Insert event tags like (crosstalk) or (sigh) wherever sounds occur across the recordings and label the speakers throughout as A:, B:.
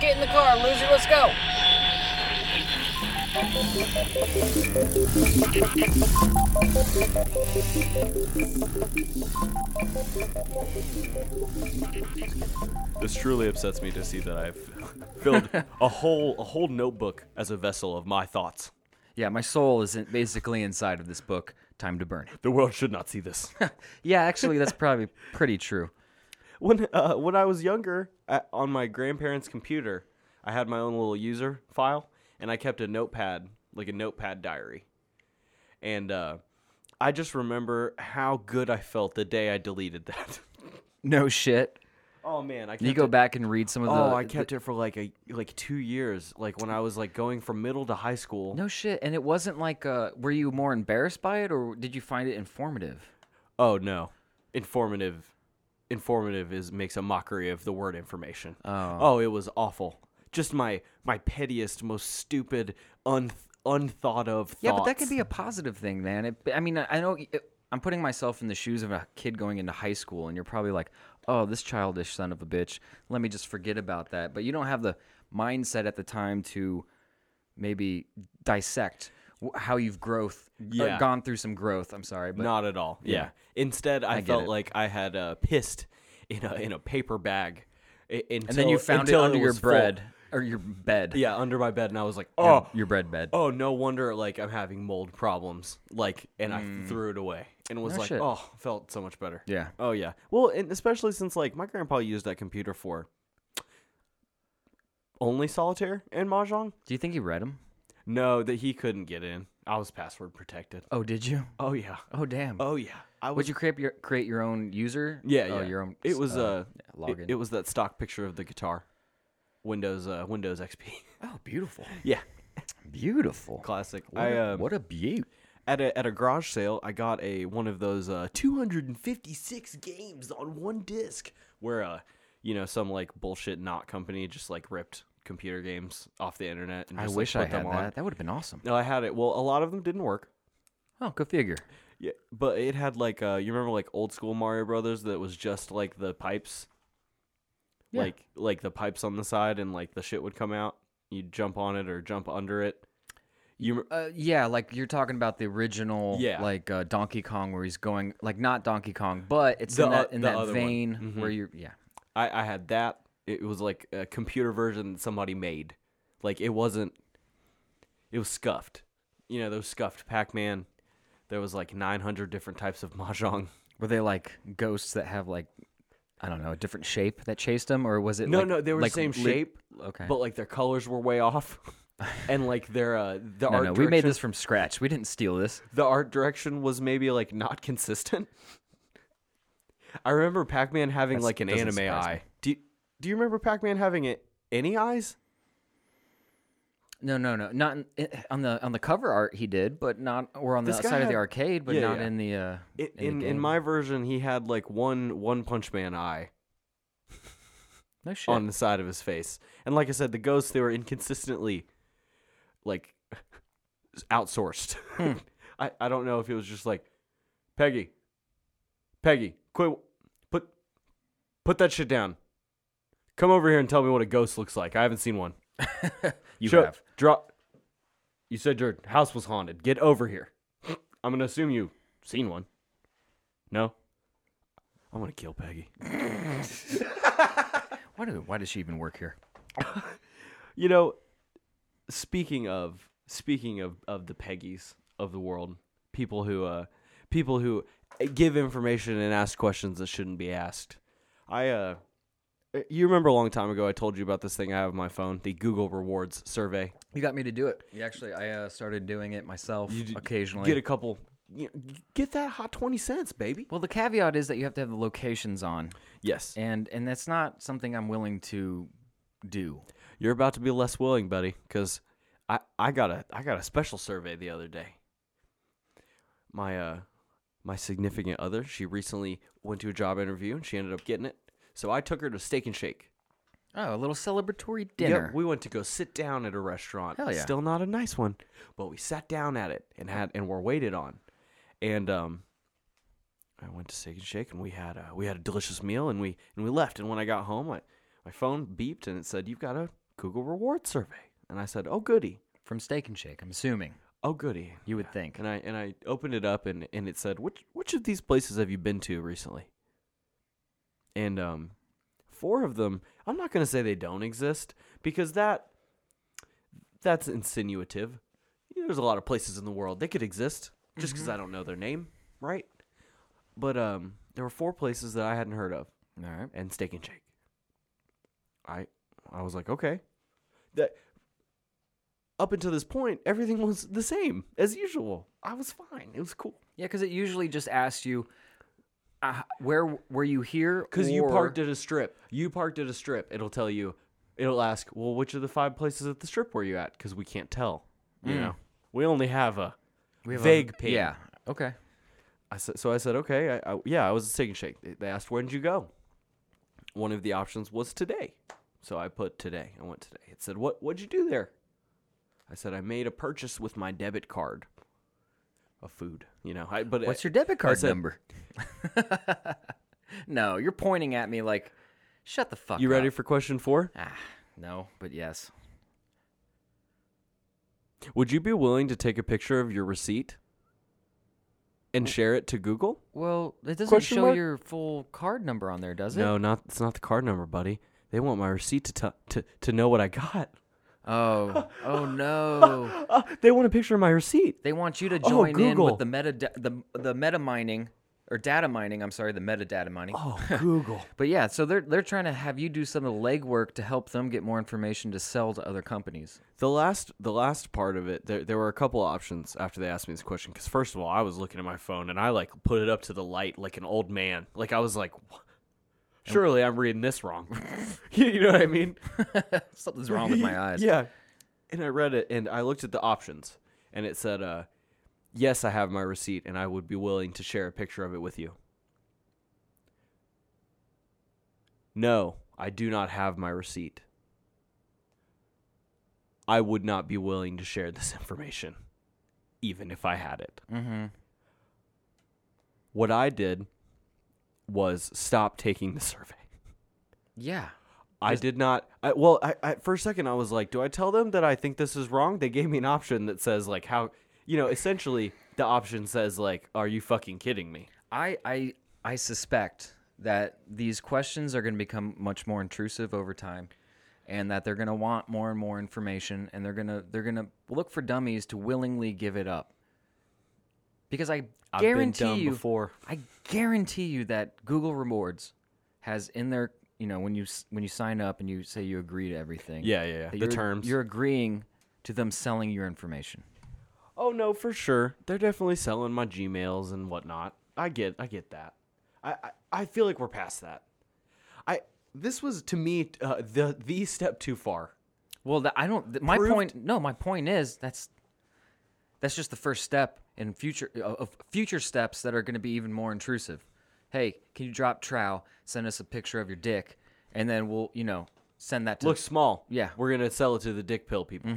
A: Get in the car, loser. Let's go.
B: This truly upsets me to see that I've (laughs) filled a whole a whole notebook as a vessel of my thoughts.
C: Yeah, my soul is in- basically inside of this book. Time to burn it.
B: The world should not see
C: (laughs)
B: this.
C: Yeah, actually,
B: (laughs)
C: that's probably pretty true.
B: when uh, when I was younger, I, on my grandparents' computer, I had my own little user file, and I kept a notepad, like a notepad diary. And uh, I just remember how good I felt the day I deleted that. (laughs)
C: No shit.
B: oh man, I kept
C: You go
B: it-
C: back and read some of the.
B: Oh, I
C: the-
B: kept it for like a like two years, like when I was like going from middle to high school.
C: no shit, and it wasn't like. Uh, were you more embarrassed by it, or did you find it informative?
B: Oh no, informative, informative is makes a mockery of the word information.
C: Oh.
B: it was awful. Just my my pettiest, most stupid, un unthought of. Thoughts.
C: Yeah, but that could be a positive thing, man. It, I mean, I know it, I'm putting myself in the shoes of a kid going into high school, and you're probably like, "Oh, this childish son of a bitch. Let me just forget about that." But you don't have the mindset at the time to maybe dissect wh- how you've growth uh,
B: Yeah.
C: gone through some growth. I'm sorry, but
B: not at all. Yeah.
C: Yeah.
B: Instead, I,
C: I get
B: felt
C: it.
B: like I had uh, pissed in a in a paper bag. i- Until,
C: and then you found it
B: until
C: under your
B: was full.
C: bread or your bed.
B: Yeah, under my bed, and I was like,
C: Your-
B: oh,
C: your bread bed.
B: oh, no wonder like I'm having mold problems. Like, and I threw it away and was
C: Hmm. No
B: like,
C: shit.
B: oh, felt so much better.
C: Yeah.
B: Oh yeah. Well, and especially since like my grandpa used that computer for only solitaire and mahjong.
C: Do you think he read them?
B: No, that he couldn't get in. I was password protected.
C: Oh, did you?
B: Oh yeah.
C: Oh, damn.
B: Oh yeah. I was.
C: Would you create your create your own user?
B: yeah,
C: Oh,
B: yeah.
C: your own.
B: It was
C: uh,
B: uh,
C: yeah,
B: it-
C: login.
B: It, was that stock picture of the guitar, Windows uh, Windows XP.
C: oh, beautiful.
B: yeah,
C: Beautiful.
B: (laughs) classic.
C: What,
B: I
C: a-
B: um,
C: what a beaut.
B: at a at a garage sale, I got a one of those uh, 256 games on one disc, where uh, you know, some like bullshit not company just like ripped computer games off the internet. And
C: I
B: just, like,
C: wish
B: put
C: I had
B: them on.
C: that. That would have been awesome.
B: No, I had it. Well, a lot of them didn't work.
C: Oh, go figure.
B: Yeah, but it had like uh, you remember like old school Mario Brothers that was just like the pipes,
C: Yeah.
B: like like the pipes on the side, and like the shit would come out. You would jump on it or jump under it. You rem-
C: Uh, yeah, like you're talking about the original,
B: Yeah.
C: like uh, Donkey Kong, where he's going, like not Donkey Kong, but it's
B: The
C: in
B: o-
C: that in
B: the
C: that
B: other one.
C: vein
B: Mhm.
C: where you're, yeah.
B: I, I had that. It was like a computer version that somebody made. Like it wasn't. It was scuffed. You know those scuffed Pac-Man. There was like 900 different types of (laughs) mahjong.
C: Were they like ghosts that have like, I don't know, a different shape that chased them, or was it?
B: No,
C: like-
B: no, they were
C: like
B: the same
C: lit-
B: shape,
C: Okay.
B: but like their colors were way (laughs) off, and like their uh, the
C: no,
B: art
C: no, we made
B: direction-
C: this from scratch. We didn't steal this.
B: the art direction was maybe like not consistent. (laughs) I remember Pac-Man having
C: That's-
B: like an
C: doesn't
B: anime
C: surprise me.
B: eye. Do you, do you remember Pac-Man having it, any eyes?
C: No, no, no, not in, i- on the on the cover art he did, but not or on
B: This
C: the
B: guy
C: side of
B: had-
C: the arcade, but
B: Yeah,
C: not
B: yeah.
C: in the uh,
B: In
C: the
B: in, in
C: game.
B: my version, he had like one One Punch Man eye
C: no shit.
B: on the side of his face, and like I said, the ghosts they were inconsistently like outsourced.
C: Hmm.
B: (laughs) I I don't know if it was just like Peggy, Peggy, quit, put put that shit down. Come over here and tell me what a ghost looks like. I haven't seen one.
C: you
B: Show-
C: have
B: Draw. You said your house was haunted. Get over here. I'm gonna assume you seen one. No. I'm gonna kill Peggy.
C: why do why does she even work here?
B: You know, speaking of speaking of of the Peggies of the world, people who uh people who give information and ask questions that shouldn't be asked. I uh you remember a long time ago I told you about this thing I have on my phone, the Google Rewards survey.
C: You got me to do it. You actually, I uh, started doing it myself
B: You d-
C: occasionally.
B: Get a couple you know, get that hot 20 cents, baby.
C: well, the caveat is that you have to have the locations on,
B: Yes.
C: and and that's not something I'm willing to do.
B: You're about to be less willing, buddy, because I, I got a I got a special survey the other day. My uh my significant other, she recently went to a job interview and she ended up getting it. So I took her to Steak and Shake.
C: Oh, a little celebratory
B: Yep,
C: dinner.
B: we went to go sit down at a restaurant.
C: Hell yeah.
B: Still not a nice one, but we sat down at it and had and were waited on. And um I went to Steak and Shake and we had a we had a delicious meal and we and we left and when I got home I my phone beeped and it said you've got a Google reward survey. And I said, oh, goody.
C: From Steak and Shake, I'm assuming.
B: Oh, goody.
C: You would think.
B: And I and I opened it up and, and it said, which which of these places have you been to recently? And um, four of them. I'm not gonna say they don't exist because that that's insinuative. You know, There's a lot of places in the world they could exist just because I don't know their name, right? But um, there were four places that I hadn't heard of
C: All right.
B: and Steak and Shake. I I was like, okay. That up until this point, everything (laughs) was the same as usual. I was fine. It was cool.
C: Yeah, because it usually just asks you, uh, where were you here?
B: Because you
C: or-
B: parked at a strip. You parked at a strip. It'll tell you. It'll ask, well, which of the five places at the strip were you at? Because we can't tell. You know, we only have a
C: We have a-
B: vague ping.
C: Yeah. Okay.
B: I said, so I said, okay, I, I, yeah, I was at Steak and Shake. They, they asked, when did you go? One of the options was today. So I put today. I went today. It said, what, what'd you do there? I said, I made a purchase with my debit card of food, you know, I, but uh,
C: What's your debit card
B: said-
C: number? (laughs) no, you're pointing at me like, shut the fuck
B: you
C: up.
B: ready for question four?
C: Ah, no, but yes.
B: Would you be willing to take a picture of your receipt and share it to Google?
C: Well, it doesn't
B: Question
C: show
B: mark?
C: your full card number on there, does it?
B: No, not, it's not the card number, buddy. They want my receipt to, t- to, to know what I got.
C: (laughs) Oh, oh no.
B: Uh, (laughs) they want a picture of my receipt.
C: They want you to
B: Oh,
C: join in
B: Google.
C: with the meta da- the the meta mining or data mining. I'm sorry, the metadata mining.
B: Oh, Google.
C: (laughs) But yeah, so they're they're trying to have you do some of the legwork to help them get more information to sell to other companies.
B: The last, the last part of it, there, there were a couple options after they asked me this question. Because first of all, I was looking at my phone and I like put it up to the light like an old man. Like I was like, "Wha- surely I'm reading this wrong. (laughs) you you know what I mean?
C: Something's wrong with (laughs) my eyes.
B: Yeah. And I read it and I looked at the options and it said, uh, "Yes, I have my receipt and I would be willing to share a picture of it with you." No, I do not have my receipt. I would not be willing to share this (laughs) information even if I had it.
C: Mm-hmm.
B: What I did was stop taking the survey.
C: Yeah.
B: I did not. I, well, I, I, for a second, I was like, do I tell them that I think this is wrong? They gave me an option that says, like, how, you know, essentially the option says, like, are you fucking kidding me?
C: I I I suspect that these questions are going to become much more intrusive over time and that they're going to want more and more information and they're going to they're going to look for dummies to willingly give it up. Because I
B: I've
C: guarantee
B: been dumb
C: you
B: before.
C: I guarantee you that Google Rewards has in their, you know, when you s- when you sign up and you say you agree to everything.
B: Yeah, yeah, yeah.
C: that
B: The
C: you're-
B: terms.
C: You're agreeing to them selling your information.
B: Oh, no, for sure. They're definitely selling my Gmails and whatnot. I get, I get that. I, I, I feel like we're past that. I, this was to me, uh, the, the step too far.
C: Well, that, I don't. Th- my
B: Proved-
C: point. No, my point is that's that's just the first step in future of of future steps that are going to be even more intrusive. Hey, can you drop trow? Send us a picture of your dick, and then we'll, you know, send that to.
B: looks small.
C: Yeah. Mm-hmm.
B: we're gonna sell it to the dick pill people.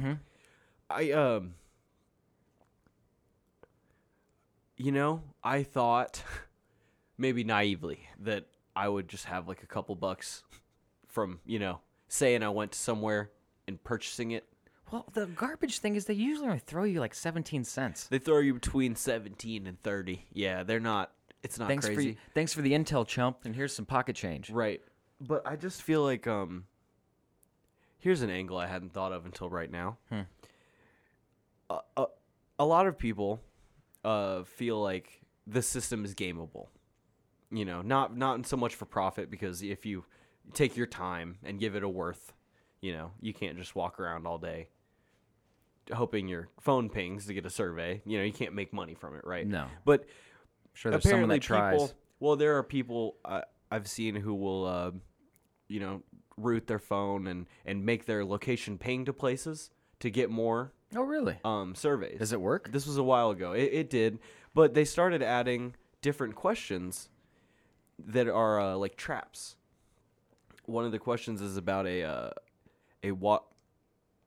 B: I um, you know, I thought (laughs) maybe naively that I would just have like a couple bucks from you know saying I went to somewhere and purchasing it.
C: well, the garbage thing is they usually only throw you like seventeen cents.
B: They throw you between seventeen and thirty. Yeah, they're not. It's not
C: thanks
B: crazy.
C: for y- thanks for the intel chump and here's some pocket change
B: Right. But I just feel like um here's an angle I hadn't thought of until right now.
C: Hmm.
B: A, a, a lot of people uh feel like the system is gameable. You know, not not so much for profit because if you take your time and give it a worth, you know, you can't just walk around all day hoping your phone pings to get a survey. You know, you can't make money from it, right?
C: No.
B: But
C: sure there's someone that tries
B: people. Well, there are people uh, I've seen who will, uh, you know, root their phone and and make their location ping to places to get more
C: oh really
B: um, surveys.
C: does it work
B: This was a while ago. It, it did, but they started adding different questions that are uh, like traps. One of the questions is about a uh, a wa-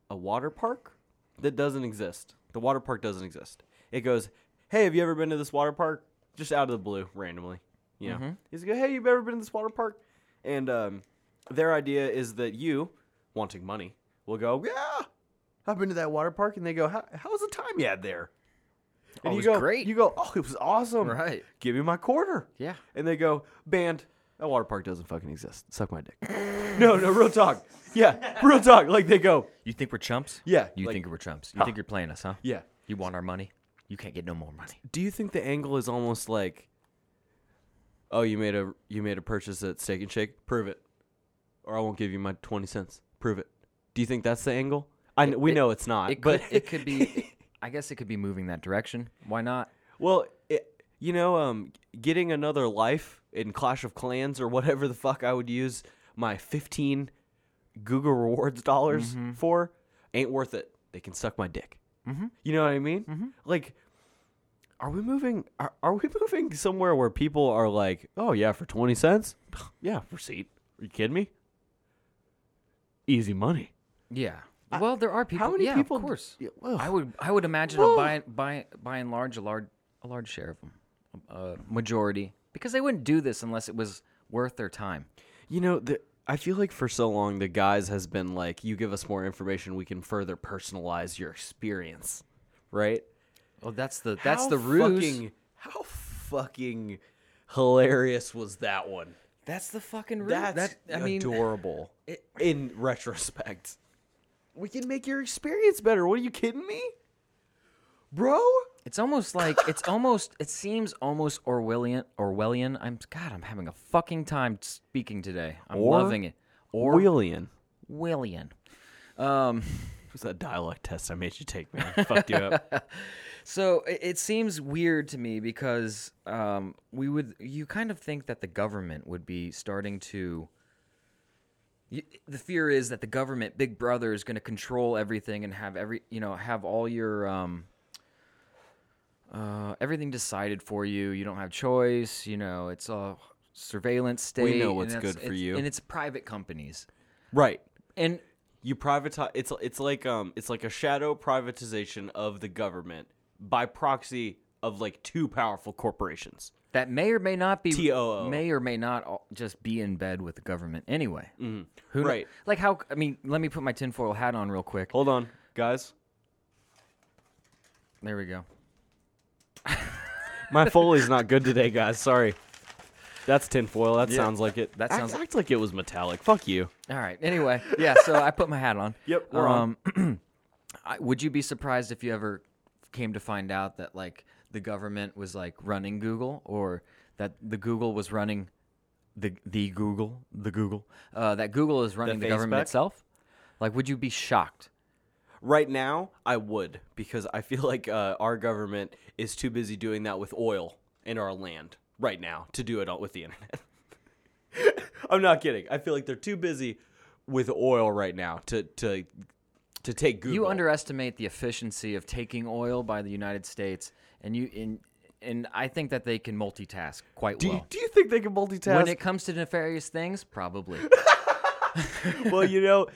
B: a water park that doesn't exist. The water park doesn't exist. It goes, "Hey, have you ever been to this water park?" Just out of the blue, randomly. You know,
C: Mm-hmm.
B: he's go, "Hey, you've ever been to this water park?" And um, their idea is that you, wanting money, will go, yeah, I've been to that water park, and they go, how, how was the time you had there?
C: Oh, it
B: you
C: was
B: go,
C: great.
B: You go, oh, it was awesome.
C: Right.
B: Give me my quarter.
C: Yeah.
B: And they go, banned. That water park doesn't fucking exist. Suck
C: (laughs)
B: my dick. no, no, real talk. Yeah, real talk. Like they go,
C: You think we're chumps?
B: Yeah,
C: You
B: like-
C: think we're chumps? You think you're playing us, huh?
B: yeah.
C: You want our money? You can't get no more money.
B: Do you think the angle is almost like, oh, you made a you made a purchase at Steak and Shake? Prove it, or I won't give you my twenty cents. Prove it. Do you think that's the angle? I kn- we
C: it-
B: know it's not,
C: It
B: but
C: could, it could (laughs) be. I guess it could be moving that direction. Why not?
B: Well, it, you know, um, getting another life in Clash of Clans or whatever the fuck I would use my 15 Google Rewards dollars for ain't worth it. They can suck my dick. Mm-hmm. You know what I mean? Like, are we moving? Are, are we (laughs) moving somewhere where people are like, oh yeah, for 20 cents? (sighs) yeah, receipt. Are you kidding me? Easy money.
C: Yeah. Well, there are people.
B: How many
C: yeah,
B: people?
C: Of course.
B: Yeah, well,
C: I would. I would imagine
B: Whoa.
C: a by by by and large a large a large share of them, a majority, because they wouldn't do this unless it was worth their time.
B: You know, the, I feel like for so long the guys has been like, you give us more information, we can further personalize your experience, right?
C: Well, Oh, that's the that's
B: How
C: the ruse.
B: Fucking, how fucking hilarious was that one?
C: that's the fucking ruse.
B: That's
C: That- I mean,
B: adorable. in retrospect, we can make your experience better. What are you kidding me, bro?
C: It's almost like it's almost it seems almost Orwellian. Orwellian. I'm God. I'm having a fucking time speaking today. I'm
B: Or-
C: loving it.
B: Orwellian.
C: Orwellian. Um.
B: It was that dialect test I made you take, man. Fucked you (laughs) up.
C: So it, it seems weird to me because um, we would you kind of think that the government would be starting to. y- The fear is that the government, Big Brother, is going to control everything and have every you know have all your um, uh, everything decided for you. You don't have choice. You know it's all surveillance state.
B: know
C: and
B: what's
C: that's-
B: good for
C: it's-
B: you.
C: and it's private companies.
B: Right.
C: And
B: you privatize it's it's like um it's like a shadow privatization of the government by proxy of like two powerful corporations.
C: that may or may not be
B: TOO.
C: may or may not all, just be in bed with the government anyway. Mm-hmm. Who kn-
B: Right.
C: Like how? I mean, let me put my tinfoil hat on real quick.
B: Hold on, guys.
C: There we go.
B: My foley's not good today, guys. Sorry. That's tinfoil. That sounds like it.
C: that
B: Act-
C: sounds like-
B: act like it was metallic. Fuck you.
C: All right.
B: (laughs)
C: Anyway, yeah. So I put my hat on. Um,
B: Yep, we're on.
C: (clears throat) I, would you be surprised if you ever came to find out that like the government was like running Google, or that the Google was running the the Google, the Google, uh, that Google is running the, government
B: Facebook?
C: itself? Like, would you be shocked?
B: Right now, I would because I feel (laughs) like uh, our government is too busy doing that with oil in our land right now to do it all with the internet. (laughs) I'm not kidding. I feel like they're too busy with oil right now to to to take Google.
C: You underestimate the efficiency of taking oil by the United States, and you in and I think that they can multitask quite
B: Do you,
C: well.
B: do you think they can multitask?
C: when it comes to nefarious things, probably. (laughs)
B: well, you know,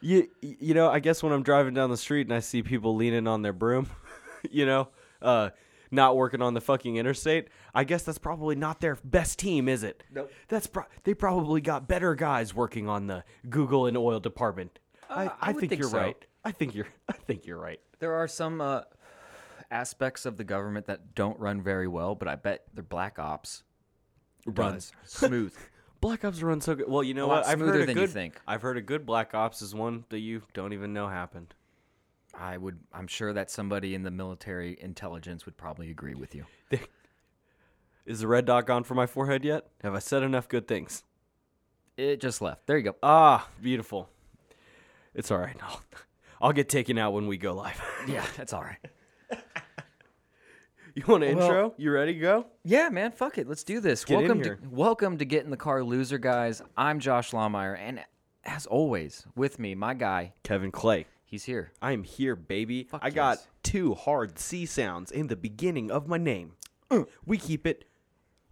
B: you you know, I guess when I'm driving down the street and I see people leaning on their broom, (laughs) you know, uh, not working on the fucking interstate, I guess that's probably not their best team, is it?
C: Nope.
B: That's pro- they probably got better guys working on the Google and oil department. I,
C: Uh, I would
B: think,
C: think
B: you're
C: so.
B: right. I think you're (laughs) I think you're right.
C: there are some uh, aspects of the government that don't run very well, but I bet their black ops
B: Runs.
C: does. (laughs) smooth.
B: Black Ops run so good. Well, you know
C: A lot
B: what? I've heard
C: smoother
B: a
C: than
B: good.
C: you think.
B: I've heard a good Black Ops is one that you don't even know happened.
C: I would. I'm sure that somebody in the military intelligence would probably agree with you.
B: Is the red dot gone from my forehead yet? Have I said enough good things?
C: It just left. There you go.
B: Ah, beautiful. It's all right. (laughs) I'll, I'll get taken out when we go live. (laughs)
C: Yeah, that's all right.
B: you want an intro? You ready to go?
C: Yeah, man, fuck it. Let's do this.
B: in
C: welcome
B: here.
C: to welcome to Get in the Car Loser guys. I'm Josh Lawmeyer and as always, with me, my guy,
B: Kevin Clay.
C: he's here.
B: I am here, baby. I
C: yes.
B: got two hard C sounds in the beginning of my name. (clears throat) We keep it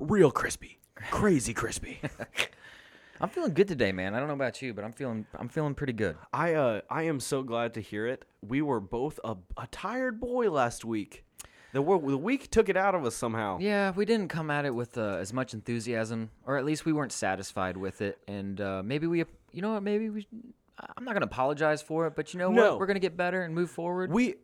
B: real crispy. Crazy crispy.
C: I'm feeling good today, man. I don't know about you, but I'm feeling I'm feeling pretty good.
B: I uh I am so glad to hear it. We were both a, a tired boy last week. The, wo- the week took it out of us somehow.
C: Yeah, we didn't come at it with uh, as much enthusiasm or at least we weren't satisfied with it and uh, maybe we you know what, maybe we I'm not gonna apologize for it, but you know
B: No.
C: what? We're gonna get better and move forward.
B: we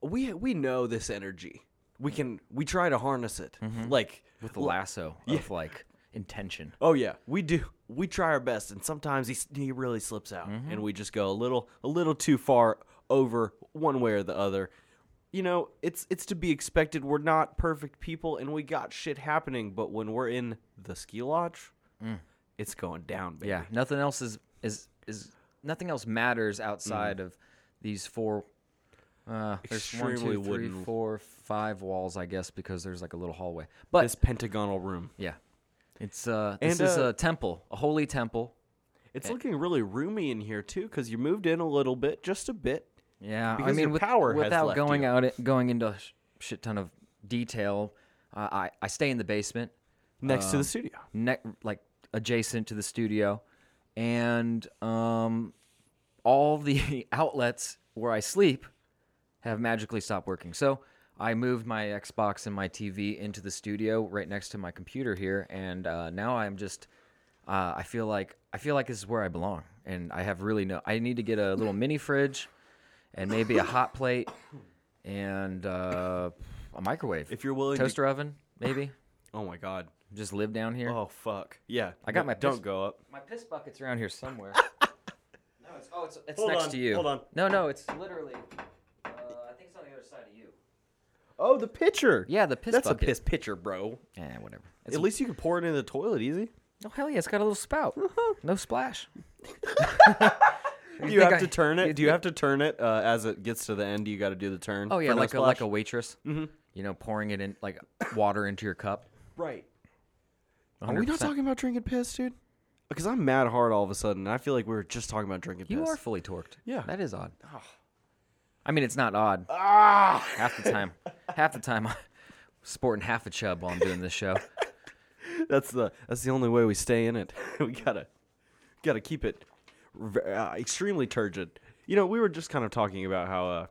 B: we we know this energy. We can we try to harness it. Like
C: with the lasso of like intention.
B: oh yeah, we do. We try our best, and sometimes he s- he really slips out,
C: Mm-hmm.
B: and we just go a little a little too far over one way or the other. You know, it's it's to be expected. We're not perfect people, and we got shit happening. But when we're in the ski lodge, it's going down, baby.
C: Mm. Yeah, nothing else is is is nothing else matters
B: Mm.
C: outside of these four. Uh, there's one,
B: Extremely
C: two, three,
B: wooden-
C: four, five walls, I guess, because there's like a little hallway. But
B: This pentagonal room.
C: yeah, it's uh, this
B: And,
C: is
B: uh,
C: a temple, a holy temple. Eh.
B: It's looking really roomy in here too, because you moved in a little bit, just a bit.
C: Yeah, I
B: Because
C: mean,
B: your
C: with,
B: power has
C: without
B: left
C: going
B: you.
C: out, it, going into sh- shit ton of detail, uh, I I stay in the basement,
B: next
C: Um,
B: to the studio.
C: ne- like adjacent to the studio, and um, all the (laughs) outlets where I sleep have magically stopped working. So I moved my Xbox and my TV into the studio right next to my computer here, and uh, now I'm just. Uh, I feel like I feel like this is where I belong, and I have really no. I need to get a little mini fridge, and maybe a hot plate, and uh, a microwave,
B: If you're willing, to-
C: toaster oven, maybe.
B: oh my god.
C: Just live down here.
B: Oh fuck. Yeah.
C: I got
B: no,
C: my
B: Don't
C: pist-
B: go up.
C: My piss bucket's around
B: (laughs)
C: here somewhere. no, it's oh, it's, it's
B: Hold
C: next
B: on,
C: to you.
B: hold on.
C: No, no, it's literally. Uh, I think it's on the other side of you.
B: Oh, the pitcher.
C: Yeah, the piss
B: That's
C: bucket.
B: a piss pitcher, bro.
C: Yeah, whatever. It's,
B: At least you can pour it into the toilet easy.
C: oh hell yeah, it's got a little spout.
B: (laughs)
C: no splash.
B: Do you have
C: I-
B: to turn
C: you
B: it? Do you have to turn it uh, as it gets to the end? You got to do the turn.
C: Oh yeah,
B: for no
C: like a, like a
B: splash?
C: waitress. Mm-hmm. You know, pouring it in like water into your cup.
B: right. Are we not
C: 100%.
B: talking about drinking piss, dude? Because Uh, I'm mad hard all of a sudden. and I feel like we were just talking about drinking
C: You
B: piss.
C: are fully torqued.
B: Yeah.
C: that is odd. I mean, it's not odd.
B: Ah.
C: Half
B: (laughs)
C: the time, half the time, I'm sporting half a chub while I'm doing
B: (laughs)
C: this show.
B: That's the that's the only way we stay in it. (laughs) we gotta gotta keep it v- uh, extremely turgid. You know, we were just kind of talking about how uh,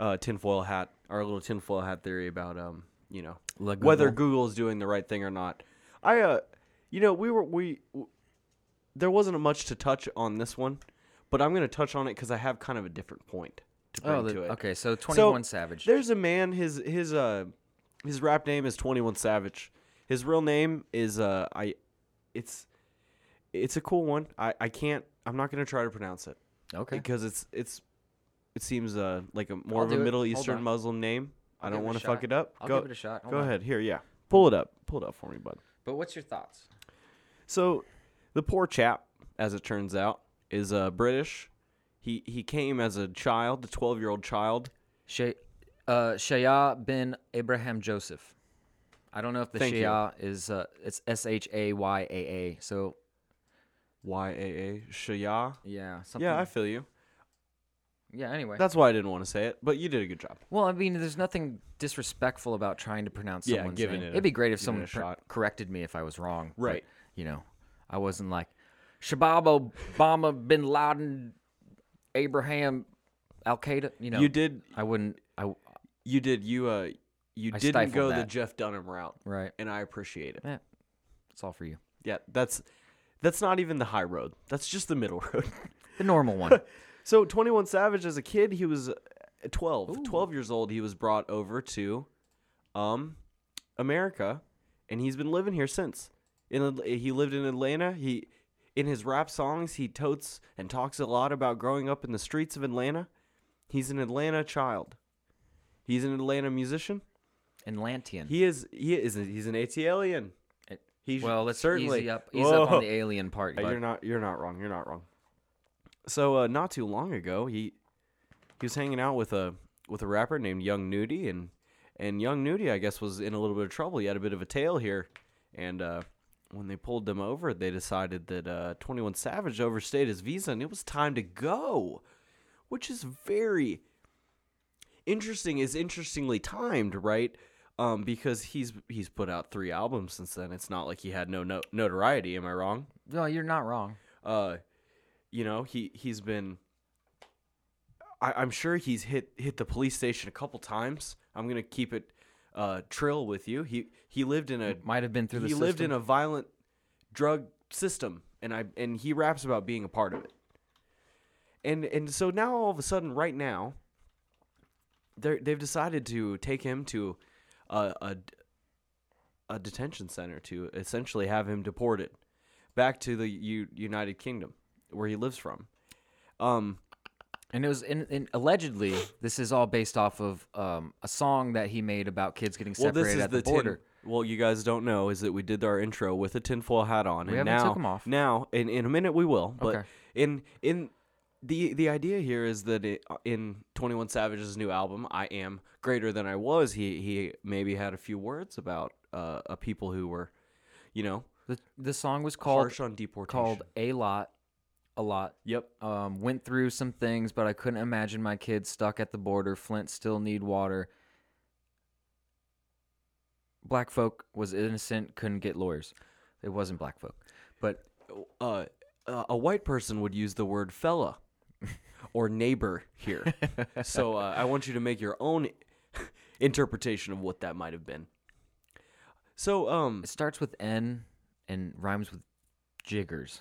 B: uh, tinfoil hat, our little tinfoil hat theory about um, you know,
C: Le
B: whether Google is doing the right thing or not. I uh, you know, we were we w- there wasn't much to touch on this one, but I'm gonna touch on it because I have kind of a different point to bring
C: Oh, the,
B: to it.
C: okay. So
B: So,
C: 21 Savage.
B: There's a man. His his uh his rap name is Twenty One Savage. His real name is uh I, it's, it's a cool one. I I can't. I'm not gonna try to pronounce it
C: Okay.
B: because it's it's, it seems uh like a more
C: I'll
B: of a
C: do it.
B: Middle
C: Hold
B: Eastern
C: on.
B: Muslim name. I'll I do not
C: give it a
B: want to fuck
C: shot.
B: it up.
C: I'll
B: go
C: give it a shot. Hold
B: go
C: on.
B: ahead. Here, yeah. Pull it up. Pull it up for me, bud.
C: But what's your thoughts?
B: So, the poor chap, as it turns out, is uh British. He he came as a child, a 12 year old child.
C: Shay, uh, Shaya bin Abraham Joseph. I don't know if the
B: Thank you.
C: Shaya is uh, it's S H A Y A A. So
B: Y A A Shaya.
C: yeah, something.
B: Yeah, I feel you.
C: yeah. Anyway,
B: That's why I didn't want to say it, but you did a good job.
C: well, I mean, there's nothing disrespectful about trying to pronounce
B: Yeah,
C: someone's
B: giving
C: name.
B: it a-
C: It'd be great if
B: giving it
C: someone
B: a
C: pr-
B: shot.
C: corrected me if I was wrong. but,
B: Right.
C: you know, I wasn't like Shabab Obama bin Laden Abraham Al Qaeda. You know,
B: You did,
C: I wouldn't. I
B: you did, you uh, you
C: I
B: didn't
C: stifled
B: go the
C: that.
B: Jeff Dunham route,
C: right.
B: and I appreciate it.
C: Yeah, it's all for you.
B: Yeah, that's that's not even the high road. That's just the middle (laughs) road.
C: The
B: (laughs)
C: normal one.
B: so, Twenty One Savage as a kid, he was uh, 12, 12 years old. He was brought over to, um, America, and he's been living here since. In Atl- he lived in Atlanta. He in his rap songs, he totes and talks a lot about growing up in the streets of Atlanta. He's an Atlanta child. He's an Atlanta musician.
C: Atlantean.
B: He is. He is. He's an ATLian.
C: It-
B: He's
C: well, let's
B: certainly
C: easy up, ease up
B: Whoa.
C: on the alien part.
B: Uh,
C: bud.
B: You're not. You're not wrong. You're not wrong. So uh, not too long ago, he he was hanging out with a with a rapper named Young Nudie, and and Young Nudie, I guess, was in a little bit of trouble. He had a bit of a tail here, and uh, when they pulled them over, they decided that uh, Twenty One Savage overstayed his visa, and it was time to go, which is very interesting. Is interestingly timed, right? Um, because he's he's put out three albums since then. It's not like he had no, no notoriety. Am I wrong?
C: no, you're not wrong.
B: uh, you know, he he's been. I, I'm sure he's hit hit the police station a couple times. I'm gonna keep it uh, trill with you. He he lived in a
C: Might have been through the.
B: he lived in a violent drug system, and I and he raps about being a part of it. and and so now all of a sudden, right now, they they've decided to take him to a, a d- a detention center to essentially have him deported back to the U- United Kingdom where he lives from. Um,
C: And it was in, in allegedly this is all based off of um, a song that he made about kids getting
B: well,
C: separated
B: this is
C: at the,
B: the,
C: border.
B: Tin, well, you guys don't know is that we did our intro with a tinfoil hat on, and
C: haven't
B: now
C: took 'em off.
B: now in in a minute we will. But
C: Okay.
B: in in the the idea here is that it, uh, in Twenty One Savage's new album, I am greater than I was. He he maybe had a few words about uh, uh people who were, you know,
C: The, the song was called
B: harsh on deportation.
C: called a lot, a lot.
B: Yep.
C: Um, went through some things, but I couldn't imagine my kids stuck at the border. Flint still need water. Black folk was innocent, couldn't get lawyers. It wasn't black folk, but
B: uh, uh, a white person would use the word (laughs) fella or neighbor here. so uh, I want you to make your own interpretation of what that might have been. So, um,
C: it starts with N and rhymes with jiggers.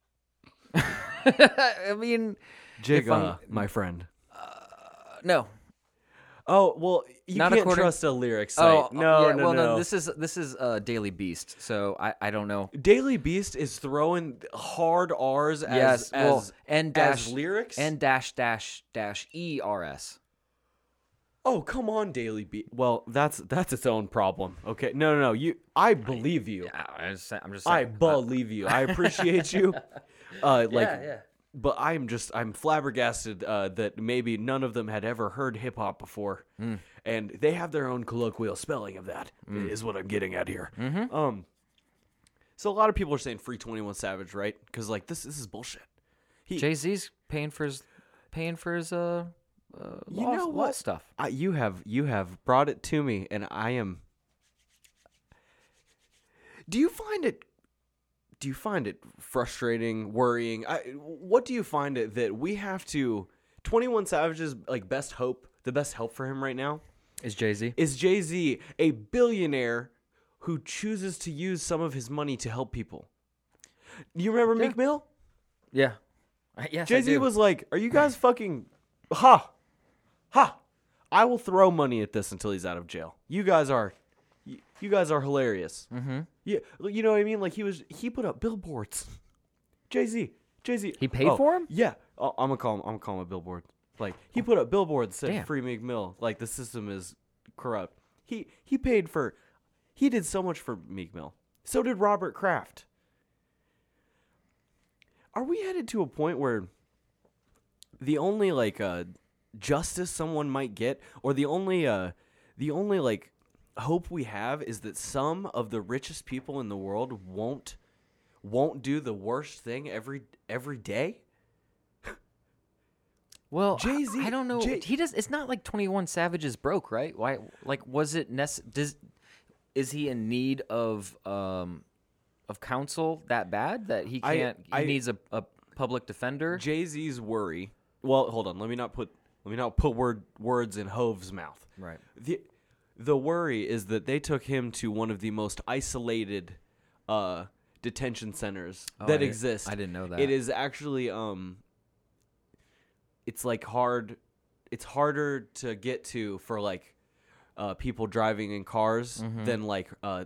C: (laughs) I mean, If I'm-
B: Jigga, my friend.
C: uh, no,
B: Oh well, you
C: Not
B: can't
C: according-
B: trust a lyrics site. no,
C: Oh, yeah,
B: no,
C: well,
B: Oh, no,
C: This is this is uh, Daily Beast, so I, I don't know.
B: Daily Beast is throwing hard R's as
C: yes,
B: as,
C: well, and dash
B: as lyrics.
C: and dash dash dash E R S.
B: oh come on, Daily Beast. Well, that's that's its own problem. Okay, no, no, no. You, I believe you.
C: I'm just saying.
B: I believe you. I appreciate
C: (laughs)
B: you. Uh, like,
C: yeah.
B: but I'm just I'm flabbergasted uh, that maybe none of them had ever heard hip hop before,
C: Hmm.
B: and they have their own colloquial spelling of that. Is what I'm getting at here.
C: Mm-hmm.
B: Um, so a lot of people are saying free Twenty One Savage, right? Because like this this is bullshit.
C: Jay Z's paying for his paying for his uh, uh law,
B: know
C: law
B: what?
C: stuff.
B: I, you have you have brought it to me, and I am. Do you find it? Do you find it frustrating, worrying? I, what do you find it that we have to? Twenty One Savage's like best hope, the best help for him right now
C: Is Jay Z?
B: is Jay Z, a billionaire who chooses to use some of his money to help people. You remember Meek Mill?
C: Yeah. I- Yes, I
B: Jay Z
C: do.
B: was like, "Are you guys fucking ha ha? I will throw money at this until he's out of jail. You guys are, you, you guys are hilarious. Mm-hmm. Yeah, you know what I mean. Like he was, he put up billboards. Jay Z, Jay Z.
C: He paid for 'em? Oh.
B: Yeah, oh, I'm gonna call him. I'm gonna call him a billboard. Like he put up billboards that
C: Damn.
B: said free Meek Mill. Like the system is corrupt. He he paid for, he did so much for Meek Mill. So did Robert Kraft are we headed to a point where the only like uh justice someone might get or the only uh the only like hope we have is that some of the richest people in the world won't won't do the worst thing every every day
C: well. Jay
B: Jay-Z
C: Z. I don't know.
B: Jay-
C: he does. It's not like Twenty One Savage is broke, right? Why? Like, was it necessary? Does is he in need of um of counsel that bad that he
B: I-
C: can't?
B: I-
C: he needs a, a public defender.
B: jay-z's worry well hold on let me not put let me not put word words in hove's mouth
C: Right.
B: the the worry is that they took him to one of the most isolated uh detention centers
C: Oh, I
B: that
C: di-
B: exist.
C: I didn't know that.
B: It is actually um it's like hard it's harder to get to for like uh people driving in cars
C: Mm-hmm.
B: than like uh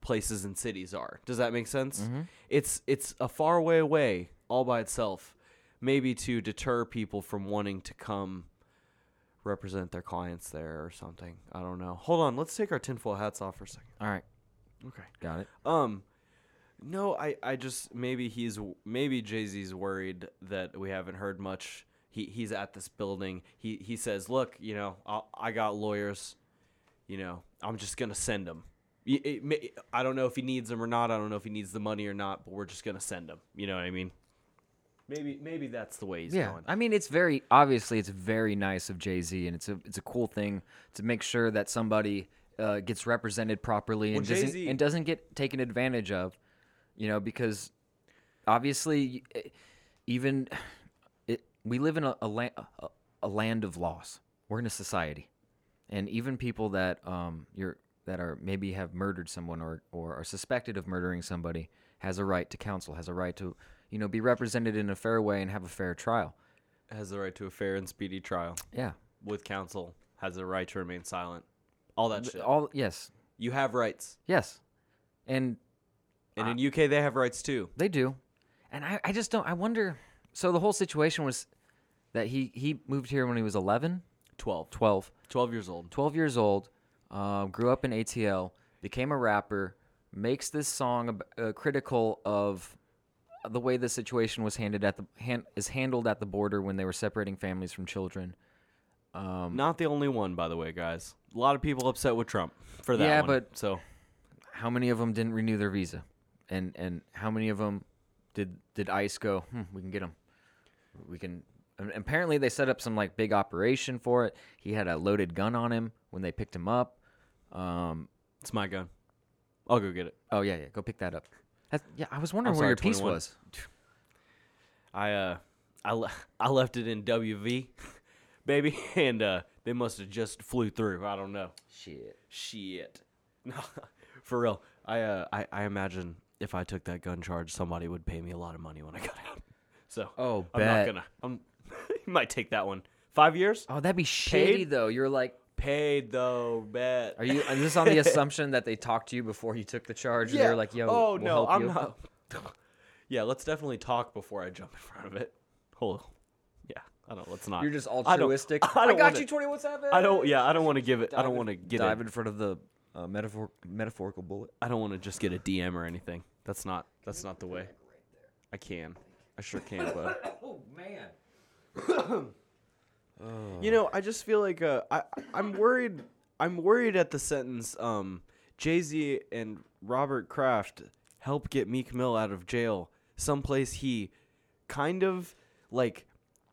B: places and cities are. Does that make sense?
C: Mm-hmm.
B: It's it's a far way away all by itself maybe to deter people from wanting to come represent their clients there or something. I don't know. Hold on, let's take our tinfoil hats off for a second.
C: All right.
B: Okay.
C: Got it.
B: Um, no, I, I just maybe he's maybe Jay Z's worried that we haven't heard much. He he's at this building. He he says, look, you know, I I got lawyers. You know, I'm just gonna send them. I don't know if he needs them or not. I don't know if he needs the money or not, but we're just gonna send them. You know what I mean? Maybe maybe that's the way he's
C: Yeah,
B: going.
C: I mean, it's very obviously it's very nice of Jay Z, and it's a it's a cool thing to make sure that somebody uh, gets represented properly and doesn't
B: Jay-Z-
C: and doesn't get taken advantage of, you know, because obviously, eh, even (sighs) it, we live in a, a, la- a, a land of laws. We're in a society, and even people that um you're that are maybe have murdered someone or or are suspected of murdering somebody has a right to counsel, has a right to you know, be represented in a fair way and have a fair trial.
B: Has the right to a fair and speedy trial
C: Yeah.
B: with counsel. Has the right to remain silent. All that shit.
C: All yes.
B: You have rights,
C: Yes. And
B: and in UK they have rights too.
C: They do. And I, I just don't I wonder so the whole situation was that he he moved here when he was 11,
B: 12.
C: 12,
B: 12 years old.
C: 12 years old, uh, grew up in ATL, became a rapper, makes this song ab- uh, critical of the way the situation was handed at the hand, is handled at the border when they were separating families from children. Um,
B: Not the only one, by the way, guys. A lot of people upset with Trump for that.
C: Yeah,
B: one.
C: but-
B: so
C: How many of them didn't renew their visa? And and how many of them did did ICE go, "Hmm, we can get them. we can and apparently they set up some like big operation for it he had a loaded gun on him when they picked him up um
B: it's my gun. I'll go get it.
C: oh yeah yeah go pick that up That's, yeah i was wondering
B: I'm
C: where your
B: sorry,
C: piece
B: 21.
C: was
B: I uh, I, le- (laughs) I left it in WV, (laughs) baby, (laughs) and uh, they must have just flew through. I don't know.
C: shit
B: Shit. (laughs) No, for real. I uh, I, I imagine if I took that gun charge, somebody would pay me a lot of money when I got out. (laughs) So
C: Oh,
B: I'm
C: bet.
B: not gonna. I'm. (laughs) you might take that one. Five years
C: oh that'd be shitty
B: Paid?
C: though you're like
B: paid though. Bet.
C: are you is this (laughs) on the assumption that they talked to you before you took the charge and they're like yo
B: oh
C: we'll
B: no,
C: help
B: I'm
C: you? (laughs)
B: not. (laughs) yeah, let's definitely talk before I jump in front of it. Hold. Yeah, I don't. Let's not.
C: you're just
B: I don't-
C: altruistic
B: I, don't
C: got
B: wanna-
C: you 21 7
B: I don't. Yeah, I don't want to give it. I don't want to get.
C: dive
B: A,
C: in front of the uh, metaphor metaphorical bullet
B: I don't want to just get a DM or anything. That's not. That's not the way. I can. I sure can, but.
C: oh man
B: You know, I just feel like uh, I I'm worried. I'm worried at the sentence. Um, Jay Z and Robert Kraft help get Meek Mill out of jail, someplace he kind of like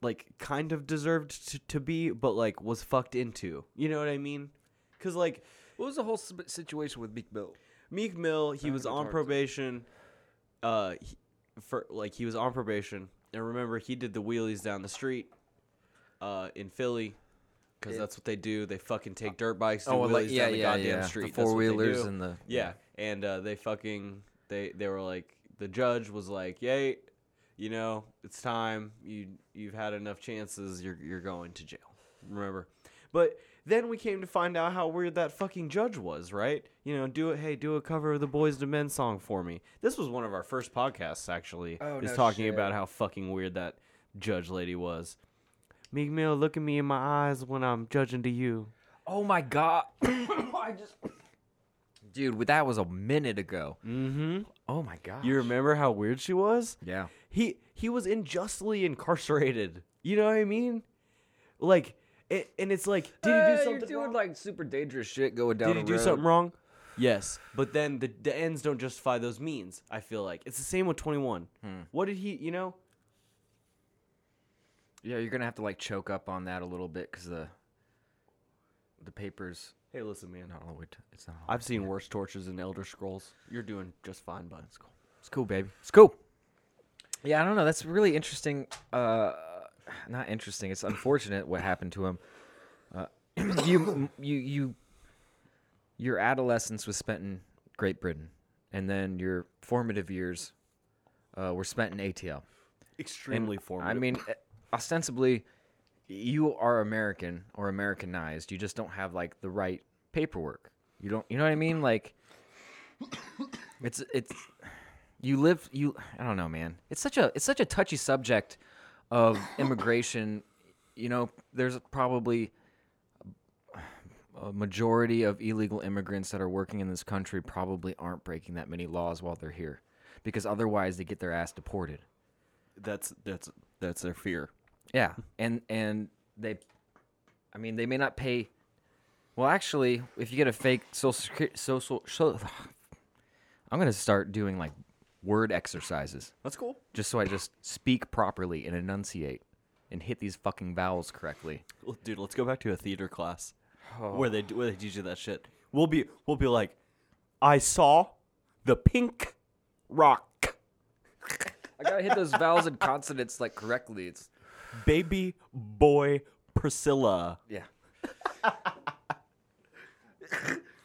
B: like kind of deserved to, to be, but like was fucked into. You know what I mean? Cause like
C: what was the whole s- situation with big bill
B: Meek Mill, he was on probation. Uh, he- for like he was on probation, and remember he did the wheelies down the street, uh, in Philly, because that's what they do. They fucking take dirt bikes, do
C: Oh,
B: wheelies
C: well, like- yeah,
B: down the
C: yeah,
B: goddamn
C: yeah. The
B: street. That's what they
C: four-wheelers
B: do.
C: and the-
B: yeah, and uh, they fucking they they were like the judge was like, yay, you know it's time you you've had enough chances. You're you're going to jail. Remember, but then we came to find out how weird that fucking judge was, right? You know, do it. Hey, do a cover of the Boys to Men song for me. This was one of our first podcasts actually.
C: Oh,
B: is
C: no
B: talking
C: shit.
B: about how fucking weird that judge lady was. Meek Mill, look at me in my eyes when I'm judging to you.
C: Oh my god. (coughs) I just Dude, with- that was a minute ago.
B: Mm-hmm.
C: Oh my god.
B: You remember how weird she was?
C: Yeah.
B: He he was unjustly incarcerated. You know what I mean? Like, it, and it's like, did he do something? wrong?
C: Uh, like super dangerous shit going down
B: Did he do something wrong? Yes, but then the, the ends don't justify those means. I feel like it's the same with Twenty One.
C: Hmm.
B: What did he? You know,
C: Yeah, you're going to have to like choke up on that a little bit cuz the the papers
B: hey, listen, man.
C: not all the way to, it's not all
B: I've seen worse torches in Elder Scrolls. You're doing just fine, bud. It's cool.
C: It's cool, baby. It's cool. Yeah, I don't know. That's really interesting. Uh, not interesting. It's unfortunate what happened to him. Uh, (clears throat) you, you, you, your adolescence was spent in Great Britain, and then your formative years uh, were spent in ATL.
B: Extremely
C: I
B: formative.
C: mean, eh, ostensibly, you are American or Americanized. You just don't have like the right paperwork. You don't. You know what I mean? Like, it's it's. You live. You. I don't know, man. It's such a it's such a touchy subject of immigration. You know, there's probably a majority of illegal immigrants that are working in this country probably aren't breaking that many laws while they're here, because otherwise they get their ass deported.
B: that's that's that's their fear.
C: Yeah, and and they, I mean, they may not pay. Well, actually, if you get a fake social security, social, so, (sighs) I'm gonna start doing like word exercises
B: That's cool.
C: just so I just speak properly and enunciate and hit these fucking vowels correctly.
B: Well, dude, let's go back to a theater class where
C: (sighs)
B: they where they teach you that shit. We'll be we'll be like, I saw the pink rock,
C: I gotta hit those vowels and consonants like correctly. It's
B: baby boy Priscilla.
C: yeah.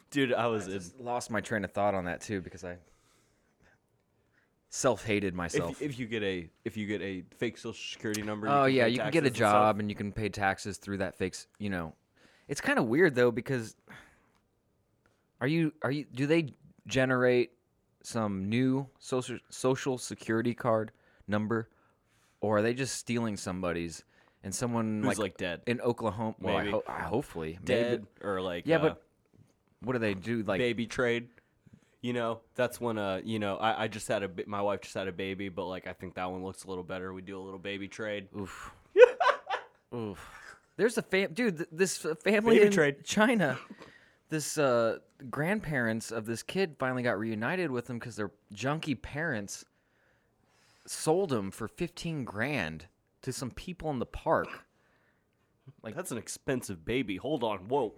B: Dude, I was in.
C: Lost my train of thought on that too because I self hated
B: If,
C: myself.
B: if you get a if you get a fake social security number.
C: oh yeah,
B: pay
C: you can
B: taxes
C: get a
B: and stuff.
C: job and you can pay taxes through that fake. s- You know, it's kind of weird though because are you are you do they generate some new social social security card number or are they just stealing somebody's and someone
B: Who's
C: like,
B: like, dead,
C: in Oklahoma? Well, I
B: Maybe.
C: ho- I hopefully maybe-
B: dead or like
C: Yeah,
B: uh,
C: but what do they do? Like
B: baby trade. You know, that's when uh, you know, I, I just had a ba- my wife just had a baby, but like I think that one looks a little better. We do a little baby trade.
C: Oof. Oof. There's a fam dude. Th- this f- family
B: Baby
C: in
B: trade.
C: China. This uh, grandparents of this kid finally got reunited with them because their junky parents sold him for fifteen grand to some people in the park.
B: Like that's an expensive baby. Hold on, whoa.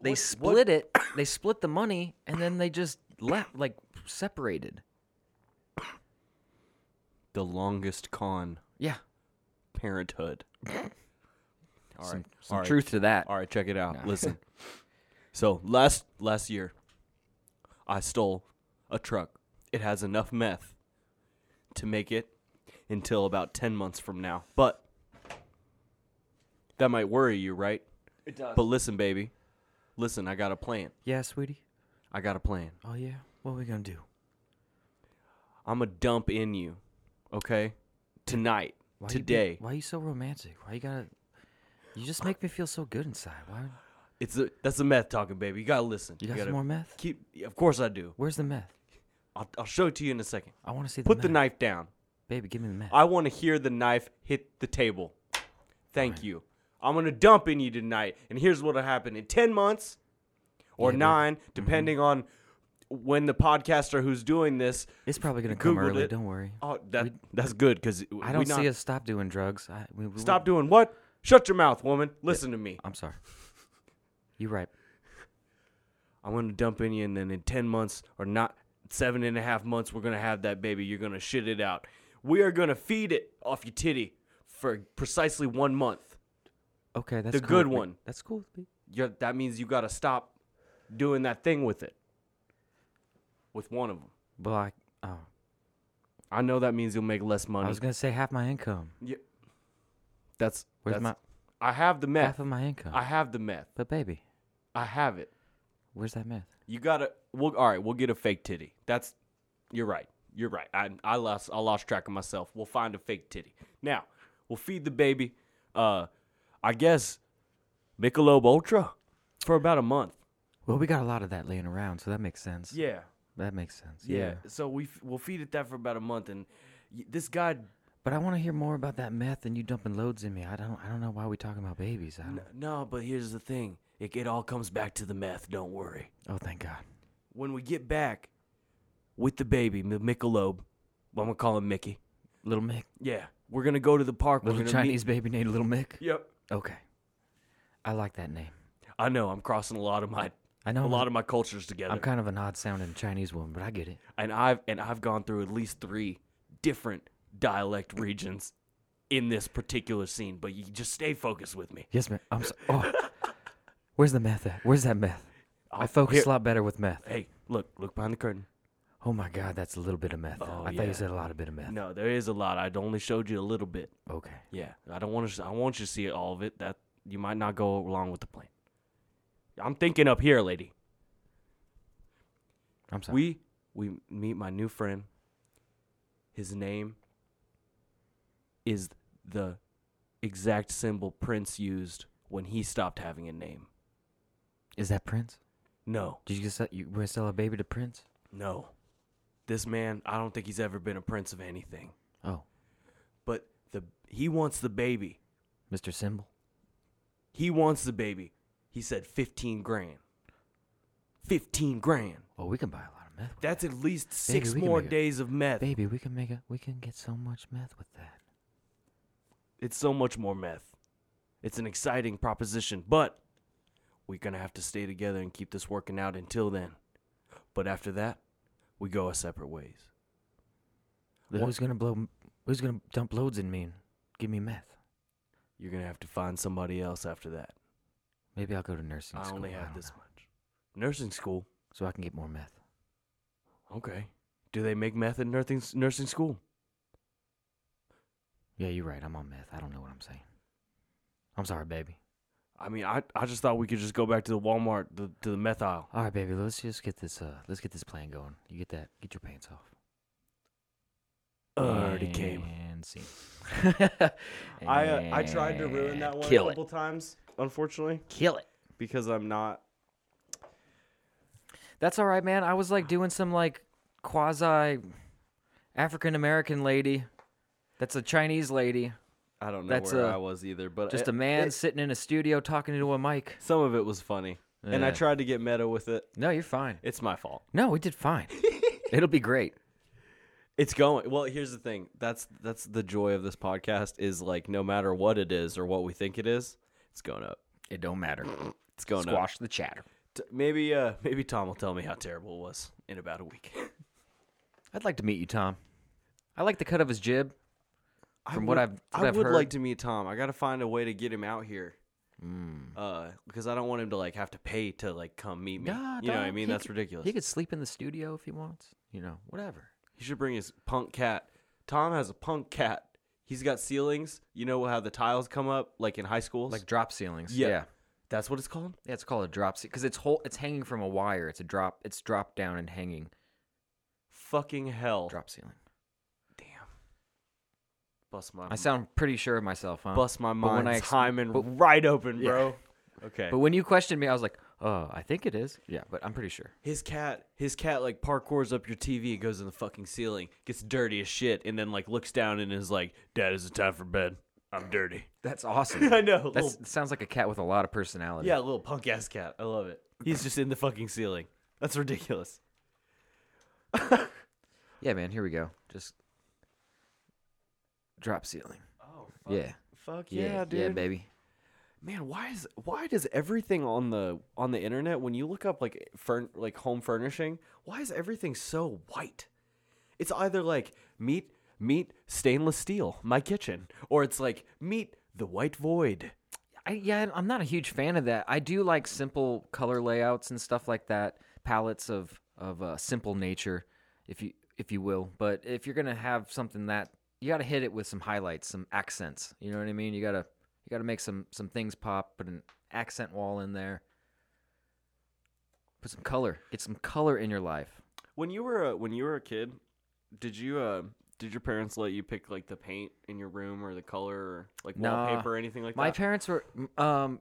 C: They split it. They split the money, and then they just left, like separated.
B: The longest con,
C: Yeah,
B: parenthood. All
C: some,
B: right,
C: some
B: all right.
C: truth to that.
B: All right, check it out.
C: (laughs)
B: Listen. so last last year, I stole a truck. It has enough meth to make it until about ten months from now. But that might worry you, right?
C: It does.
B: But listen, baby. Listen, I got a plan.
C: yeah, sweetie.
B: I got a plan.
C: Oh yeah. What are we gonna do?
B: I'm gonna dump in you, okay? Tonight,
C: Why you be-
B: today.
C: why you so romantic? Why you gotta? You just make me feel so good inside. Why?
B: It's a that's the meth talking, baby. You gotta listen.
C: You got
B: gotta
C: some more meth?
B: Keep. Of course I do.
C: Where's the meth?
B: I'll, I'll show it to you in a second.
C: I want to see the
B: Put
C: meth.
B: the knife down.
C: Baby, give me the meth.
B: I want to hear the knife hit the table. Thank you. I'm gonna dump in you tonight, and here's what'll happen in ten months, or
C: Yeah, Mm-hmm. babe.
B: nine, depending on when the podcaster who's doing this.
C: it's probably gonna come
B: Googled
C: early.
B: it.
C: Don't worry.
B: Oh, that that's good because
C: I don't see us stop doing drugs. I, we, we,
B: Stop doing what? Shut your mouth, woman. Listen to me.
C: I'm sorry. You right.
B: I'm gonna dump in you, and then in ten months or not seven and a half months, we're gonna have that baby. You're gonna shit it out. We are gonna feed it off your titty for precisely one month.
C: Okay, that's
B: The
C: cool
B: good
C: with me.
B: one.
C: That's cool. with me.
B: You're, that means you gotta stop doing that thing with it. With one of them,
C: Well, I, oh,
B: I know that means you'll make less
C: I
B: money.
C: was gonna say half my income.
B: Yeah. That's
C: Where's
B: that's- I have the
C: my
B: meth.
C: half of my income?
B: I have the meth.
C: but baby,
B: I have it.
C: where's that meth?
B: You gotta. We'll, all right, we'll get a fake titty. That's. You're right. You're right. I, I lost. I lost track of myself. We'll find a fake titty. Now we'll feed the baby. Uh, I guess Michelob Ultra for about a month.
C: Well, we got a lot of that laying around, so that makes sense.
B: Yeah.
C: That makes sense.
B: Yeah.
C: Yeah.
B: So we f- we'll feed it that for about a month, and y- this guy.
C: But I want to hear more about that meth and you dumping loads in me. I don't. I don't know why we talking about babies. I don't,
B: n- No, but here's the thing. It, it all comes back to the meth. Don't worry.
C: Oh, thank God.
B: When we get back with the baby, the Michelob, I'm gonna call him Mickey.
C: Little Mick,
B: Yeah, we're gonna go to the park.
C: little
B: we're gonna meet-
C: Chinese baby named Little Mick.
B: Yep.
C: Okay, I like that name.
B: I know I'm crossing a lot of my
C: I
B: a
C: know
B: lot of my cultures together,
C: I'm kind of an odd sounding Chinese woman, but I get it.
B: and I've and I've gone through at least three different dialect regions in this particular scene. But you just stay focused with me.
C: Yes, ma'am. I'm so, oh, (laughs) where's the meth at? Where's that meth? I
B: Oh,
C: focus
B: here-
C: a lot better with meth.
B: Hey, look, look behind the curtain.
C: Oh my God, that's a little bit of meth. I thought
B: Oh, yeah.
C: you said a lot of bit of meth.
B: No, there is a lot. I only showed you a little bit.
C: Okay.
B: Yeah, I don't want to. I want you to see all of it. That you might not go along with the plan. I'm thinking up here, lady.
C: I'm sorry.
B: We we meet my new friend. His name is the exact symbol Prince used when he stopped having a name.
C: Is that Prince?
B: No,
C: Did you just sell, you gonna sell a baby to Prince?
B: no. This man, I don't think he's ever been a prince of anything.
C: Oh,
B: But the he wants the baby.
C: Mr. Symbol.
B: He wants the baby. He said 15 grand. 15 grand.
C: Oh, we can buy a lot of meth. With
B: That's at least 6
C: we can
B: more
C: make it.
B: days of meth.
C: Baby, we can make a we can get so much meth with that.
B: It's so much more meth. It's an exciting proposition, but we're going to have to stay together and keep this working out until then. But after that, we go our separate ways. What-
C: Who's gonna blow? Who's gonna dump loads in me and give me meth?
B: You're going to have to find somebody else after that.
C: Maybe I'll go to nursing
B: I
C: school.
B: only have
C: don't
B: this
C: know,
B: much. Nursing school?
C: so I can get more meth.
B: Okay. Do they make meth in nursing nursing school?
C: Yeah, you're right. I'm on meth. I don't know what I'm saying. I'm sorry, baby.
B: I mean, I, I just thought we could just go back to the Walmart the, to the meth aisle.
C: All right, baby. Let's just get this. Uh, let's get this plan going. You get that. Get your pants off.
B: Already came. (laughs)
C: And scene.
B: I uh, I tried to ruin that
C: And
B: one
C: Kill
B: a
C: it.
B: couple times, unfortunately,
C: Kill it.
B: because I'm not.
C: That's all right, man. I was like doing some like quasi African American lady. That's a Chinese lady.
B: I don't know
C: That's,
B: where
C: uh,
B: I was either, but
C: Just
B: a
C: a man sitting in a studio talking into a mic.
B: some of it was funny, and I
C: Yeah.
B: tried to get meta with it.
C: No, you're fine.
B: It's my fault.
C: No, we did
B: (laughs)
C: fine. It'll be great.
B: It's going well. Here's the thing. That's that's the joy of this podcast is like no matter what it is or what we think it is, it's going up.
C: It don't matter.
B: It's going up.
C: Squash the chatter.
B: T- maybe uh maybe Tom will tell me how terrible it was in about a week. (laughs)
C: I'd like to meet you, Tom. I like the cut of his jib. From
B: I
C: what
B: would-
C: I've- what
B: I
C: I've
B: would like
C: heard.
B: to meet Tom. I got to find a way to get him out here.
C: Hmm.
B: Uh, because I don't want him to like have to pay to like come meet me.
C: Nah,
B: you know what I
C: dog,
B: mean?
C: he
B: That's
C: could-
B: ridiculous.
C: He
B: He,
C: could sleep in the studio if he wants. You know, whatever.
B: should bring his punk cat. Tom has a punk cat. He's got ceilings. You know how the tiles come up like in high schools?
C: Like drop ceilings.
B: Yeah.
C: yeah.
B: that's what it's called.
C: Yeah, it's called a drop because it's whole. It's hanging from a wire. It's a drop. It's drop down and hanging.
B: Fucking hell.
C: Drop ceiling.
B: Damn. Bust my
C: I sound pretty sure of myself, huh?
B: Um, bust my
C: but when
B: mind
C: I ex-
B: Hyman
C: but-
B: right open,
C: Yeah.
B: bro. (laughs) Okay.
C: But when you questioned me, I was like, "Oh, I think it is." Yeah, but I'm pretty sure.
B: His cat, his cat, like parkours up your TV and goes in the fucking ceiling, gets dirty as shit, and then like looks down and is like, "Dad, is it time for bed? I'm dirty." (laughs)
C: That's awesome.
B: I know.
C: (laughs) That's,
B: Little,
C: that sounds like a cat with a lot of personality.
B: yeah, little punk ass cat. I love it. He's just in the fucking ceiling. That's ridiculous.
C: Yeah, man. Here we go. Just drop ceiling.
B: Oh,
C: Yeah.
B: fuck
C: yeah.
B: yeah, dude.
C: Yeah, baby.
B: Man, why is why does everything on the on the internet when you look up like furn like home furnishing, why is everything so white? It's either like meet meet stainless steel, my kitchen, or it's like meet the white void.
C: I, yeah, I'm not a huge fan of that. I do like simple color layouts and stuff like that, palettes of of uh, simple nature, if you if you will. But if you're gonna have something that you got to hit it with some highlights, some accents. You know what I mean? You gotta you gotta make some some things pop. Put an accent wall in there. Put some color. Get some color in your life.
B: When you were a, when you were a kid, did you uh did your parents let you pick like the paint in your room or the color or like
C: Nah.
B: wallpaper or anything like
C: my
B: that?
C: parents were um,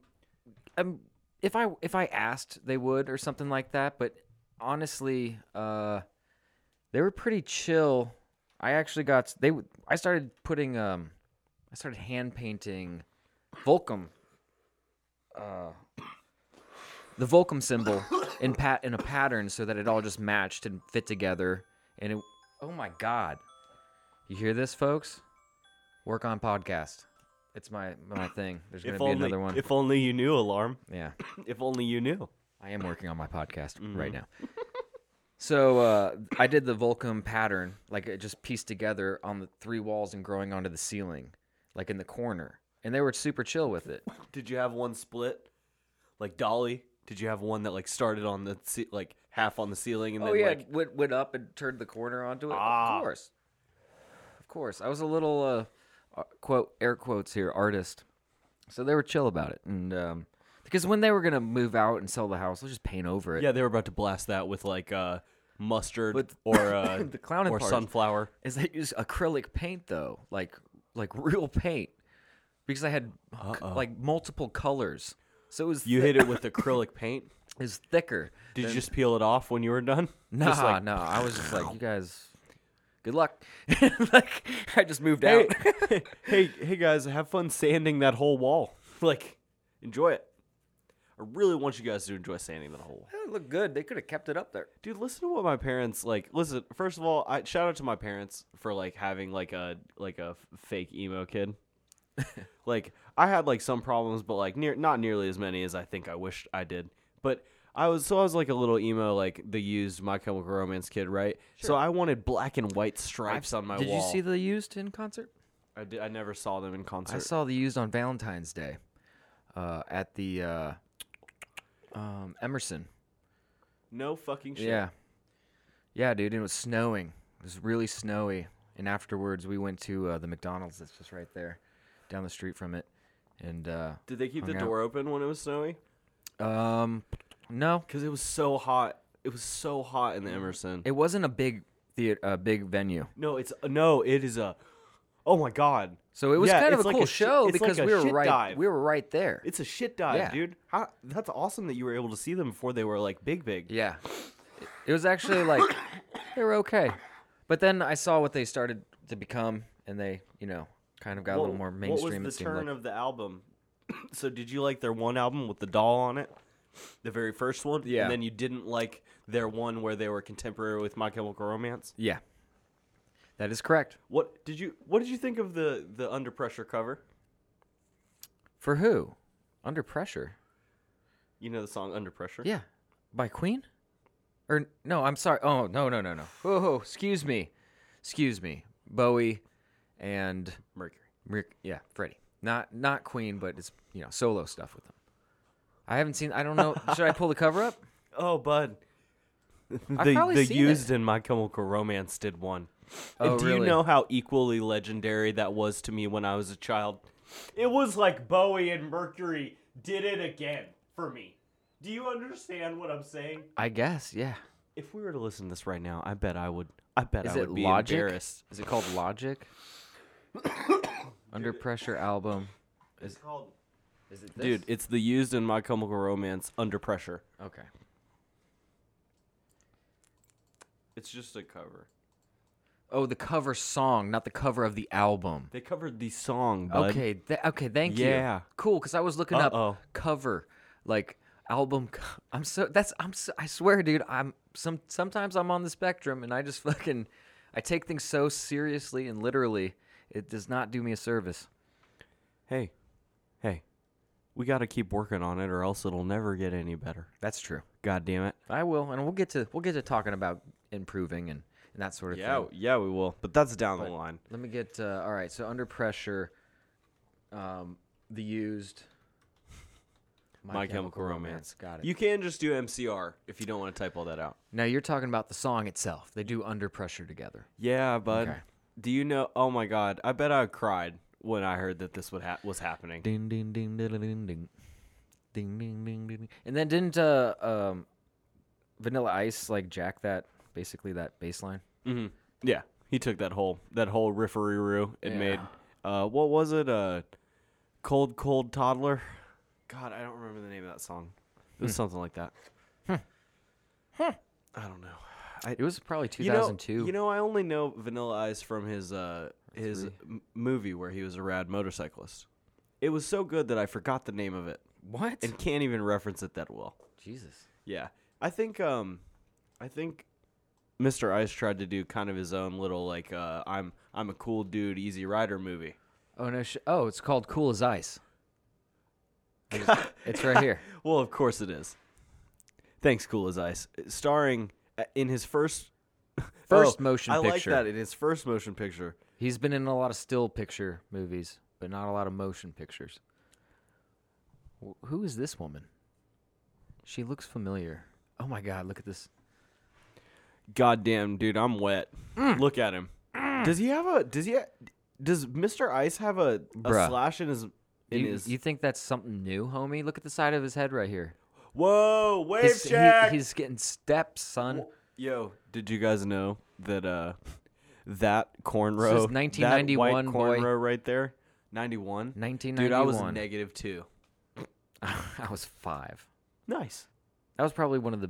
C: um if i if i asked they would or something like that but honestly uh they were pretty chill i actually got they w- i started putting um i started hand painting volcom uh the volcom symbol in pat in a pattern so that it all just matched and fit together and it oh my god you hear this folks work on podcast it's my my thing there's gonna
B: if
C: be
B: only
C: another one
B: if only you knew alarm. (laughs)
C: yeah
B: If only you knew.
C: I am working on my podcast
B: Mm-hmm.
C: right now. So uh, I did the Volcom pattern, like it just pieced together on the three walls and growing onto the ceiling, like in the corner. And they were super chill with it.
B: Did you have one split, like Dolly? Did you have one that like started on the ce- like half on the ceiling and
C: Oh
B: then
C: yeah,
B: like
C: went went up and turned the corner onto it.
B: Ah.
C: Of course, of course. I was a little uh, uh, quote air quotes here artist, so they were chill about it. And um, because when they were gonna move out and sell the house, they'll just paint over it.
B: yeah they were about to blast that with like uh mustard (laughs) or uh
C: the clowning
B: or
C: part.
B: sunflower.
C: is they use acrylic paint though, like like (laughs) real paint, because I had c- like multiple colors, so it was
B: You
C: thi-
B: hit it with acrylic paint.
C: it was thicker.
B: Did you just peel it off when you were (laughs) done?
C: Nah,
B: Just like,
C: nah, I was
B: (laughs)
C: just like, you guys, good luck. (laughs) like I just moved
B: hey, (laughs)
C: out. (laughs)
B: hey, hey, guys, have fun sanding that whole wall. Like, enjoy it. I really want you guys to enjoy sanding that whole wall.
C: it looked good. They could have kept it up there.
B: dude listen to what my parents like listen first of all i shout out to my parents for like having like a like a f- fake emo
C: (laughs)
B: kid like i had like some problems but like near not nearly as many as i think i wished i did but i was so i was like a little emo like the used my chemical romance kid right so i wanted black and white stripes on my
C: Did
B: wall
C: you see the used in concert?
B: I, did, I never saw them in concert
C: I saw the used on Valentine's Day, uh, at the uh, um, Emerson.
B: no fucking shit
C: Yeah. Yeah, dude, and it was snowing. It was really snowy. And afterwards, we went to uh, the McDonald's that's just right there, down the street from it. And uh,
B: Did they keep the
C: Hung out.
B: door open when it was snowy?
C: um, no,
B: Because it was so hot. It was so hot
C: Mm.
B: in the Emerson.
C: it wasn't a big theater, a big venue.
B: no, it's no, it is a. Oh my god,
C: So it was
B: Yeah,
C: kind of a
B: it's like
C: cool
B: a shi-
C: show
B: it's
C: because
B: like a
C: we were
B: shit
C: right,
B: dive.
C: we were right there.
B: it's a shit dive,
C: Yeah.
B: dude. How, that's awesome that you were able to see them before they were like big, big.
C: Yeah. It- It was actually like they were okay. But then I saw what they started to become and they, you know, kind of got a little more mainstream
B: What was
C: it
B: the
C: seemed
B: turn
C: like.
B: of the album? (clears throat) so did you like their one album with the doll on it? The very first one,
C: Yeah.
B: And then you didn't like their one where they were contemporary with My Chemical Romance.
C: yeah. That is correct.
B: What did you What did you think of the the Under Pressure cover?
C: For who? Under pressure.
B: You know the song Under Pressure.
C: Yeah. By Queen? Or no, I'm sorry. Oh, no, no, no, no. Oh, excuse me. Excuse me. Bowie and
B: Mercury.
C: Rick, yeah, Freddie. Not not Queen, but it's, you know, solo stuff with them. I haven't seen I
B: (laughs)
C: don't know. Should I pull the cover up?
B: Oh, bud.
C: I've
B: The,
C: probably
B: the
C: seen
B: used in My Chemical Romance did one.
C: Oh,
B: and do you
C: really?
B: know how equally legendary that was to me when I was a child? It was like Bowie and Mercury did it again for me. Do you understand what I'm saying?
C: I guess, yeah.
B: If we were to listen to this right now, I bet I would. I bet
C: Is
B: I
C: it
B: would be
C: Logic?
B: embarrassed.
C: Is it called Logic? Under Pressure album.
B: It's called,
C: Is it
B: dude. It's the used in My Chemical Romance Under Pressure.
C: Okay.
B: It's just a cover.
C: Oh, the cover song, not the cover of the album.
B: They covered the song, bud.
C: Okay. Th- okay. Thank you.
B: Yeah.
C: Cool. Because I was looking
B: Uh-oh.
C: up cover, like album. co- I'm so that's I'm so, I swear, dude. I'm some sometimes I'm on the spectrum and I just fucking I take things so seriously and literally. It does not do me a service.
B: Hey, hey, we got to keep working on it, or else it'll never get any better.
C: That's true.
B: God damn it.
C: I will, and we'll get to we'll get to talking about improving and, and that sort of
B: Yeah,
C: thing.
B: yeah, we will. But that's down the line.
C: Let me get uh, all right. So under pressure, um, the used.
B: My Chemical Romance.
C: Got it.
B: You can just do MCR if you don't want to type all that out.
C: now you're talking about the song itself. They do under pressure together.
B: Yeah, bud.
C: Okay.
B: Do you know? Oh my God, I bet I cried when I heard that this would ha- was happening.
C: Ding ding ding ding ding ding, ding ding ding ding. ding. And then didn't uh, um, Vanilla Ice like jack that basically that bass line?
B: hmm Yeah, he took that whole that whole riffery roo and
C: Yeah.
B: made. Uh, what was it? Uh, cold, cold toddler. God, I don't remember the name of that song. It was something like that. I don't know. I,
C: It was probably
B: You know-
C: 2002.
B: You know, I only know Vanilla Ice from his uh, his m- movie where he was a rad motorcyclist. It was so good that I forgot the name of it
C: what?
B: (laughs) and can't even reference it that well.
C: Jesus.
B: Yeah, I think um, I think Mr. Ice tried to do kind of his own little like uh, I'm I'm a cool dude, Easy Rider movie.
C: Oh no! Sh- oh, it's called Cool as (laughs) Ice. It's right here.
B: well, of course it is. Thanks, Cool as Ice, starring uh, in his first (laughs) Oh,
C: First motion
B: I
C: picture.
B: like that in his first motion picture.
C: He's been in a lot of still picture movies, but not a lot of motion pictures. Wh- who is this woman? She looks familiar. Oh my god, look at this.
B: Goddamn, dude, I'm wet.
C: Mm.
B: Look at him. Does he have a? Does he? Ha- does Mr. Ice have a, a
C: Bruh.
B: slash in his? In
C: You,
B: his?
C: you think that's something new, homie? Look at the side of his head right here.
B: Whoa! Wave
C: His- he-
B: check.
C: he's getting steps, son.
B: Yo, did you guys know that uh that cornrow,
C: This is 1991,
B: that
C: boy.
B: white cornrow right there, ninety one. Dude, I was
C: 1991.
B: negative two.
C: (laughs) I was five.
B: Nice,
C: That was probably one of the.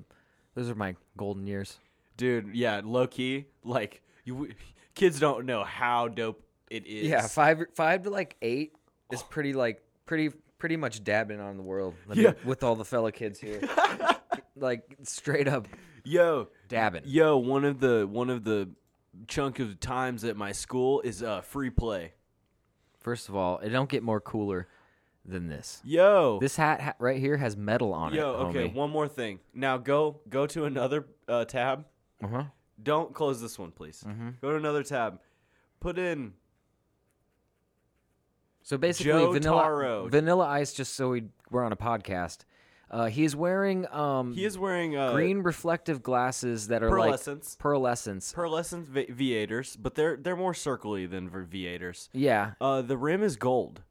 C: Those are my golden years.
B: dude. Yeah, low key. Like you, kids don't know how dope it is.
C: Yeah, five five to like eight is pretty like pretty pretty much dabbing on the world. Let me-
B: Yeah.
C: with all the fellow
B: (laughs)
C: kids here, like straight up
B: Yo,
C: dabbing.
B: yo. One of the one of the chunk of times at my school is uh free play.
C: First of all, it don't get more cooler than this.
B: Yo,
C: This hat, ha- right here has metal on
B: yo.
C: it.
B: Okay,
C: homie.
B: one more thing. Now go go to another uh, tab.
C: Uh-huh.
B: Don't close this one, please.
C: Mm-hmm.
B: Go to another tab. Put in
C: So basically,
B: Joe
C: vanilla
B: Taro.
C: Vanilla Ice. Just so we we're on a podcast, Uh, he is wearing um,
B: He is wearing uh,
C: green reflective glasses that are
B: Pearlescence.
C: like pearlescence.
B: pearlescent vi- viators, but they're they're more circly than v- viators.
C: yeah,
B: Uh, the rim is gold.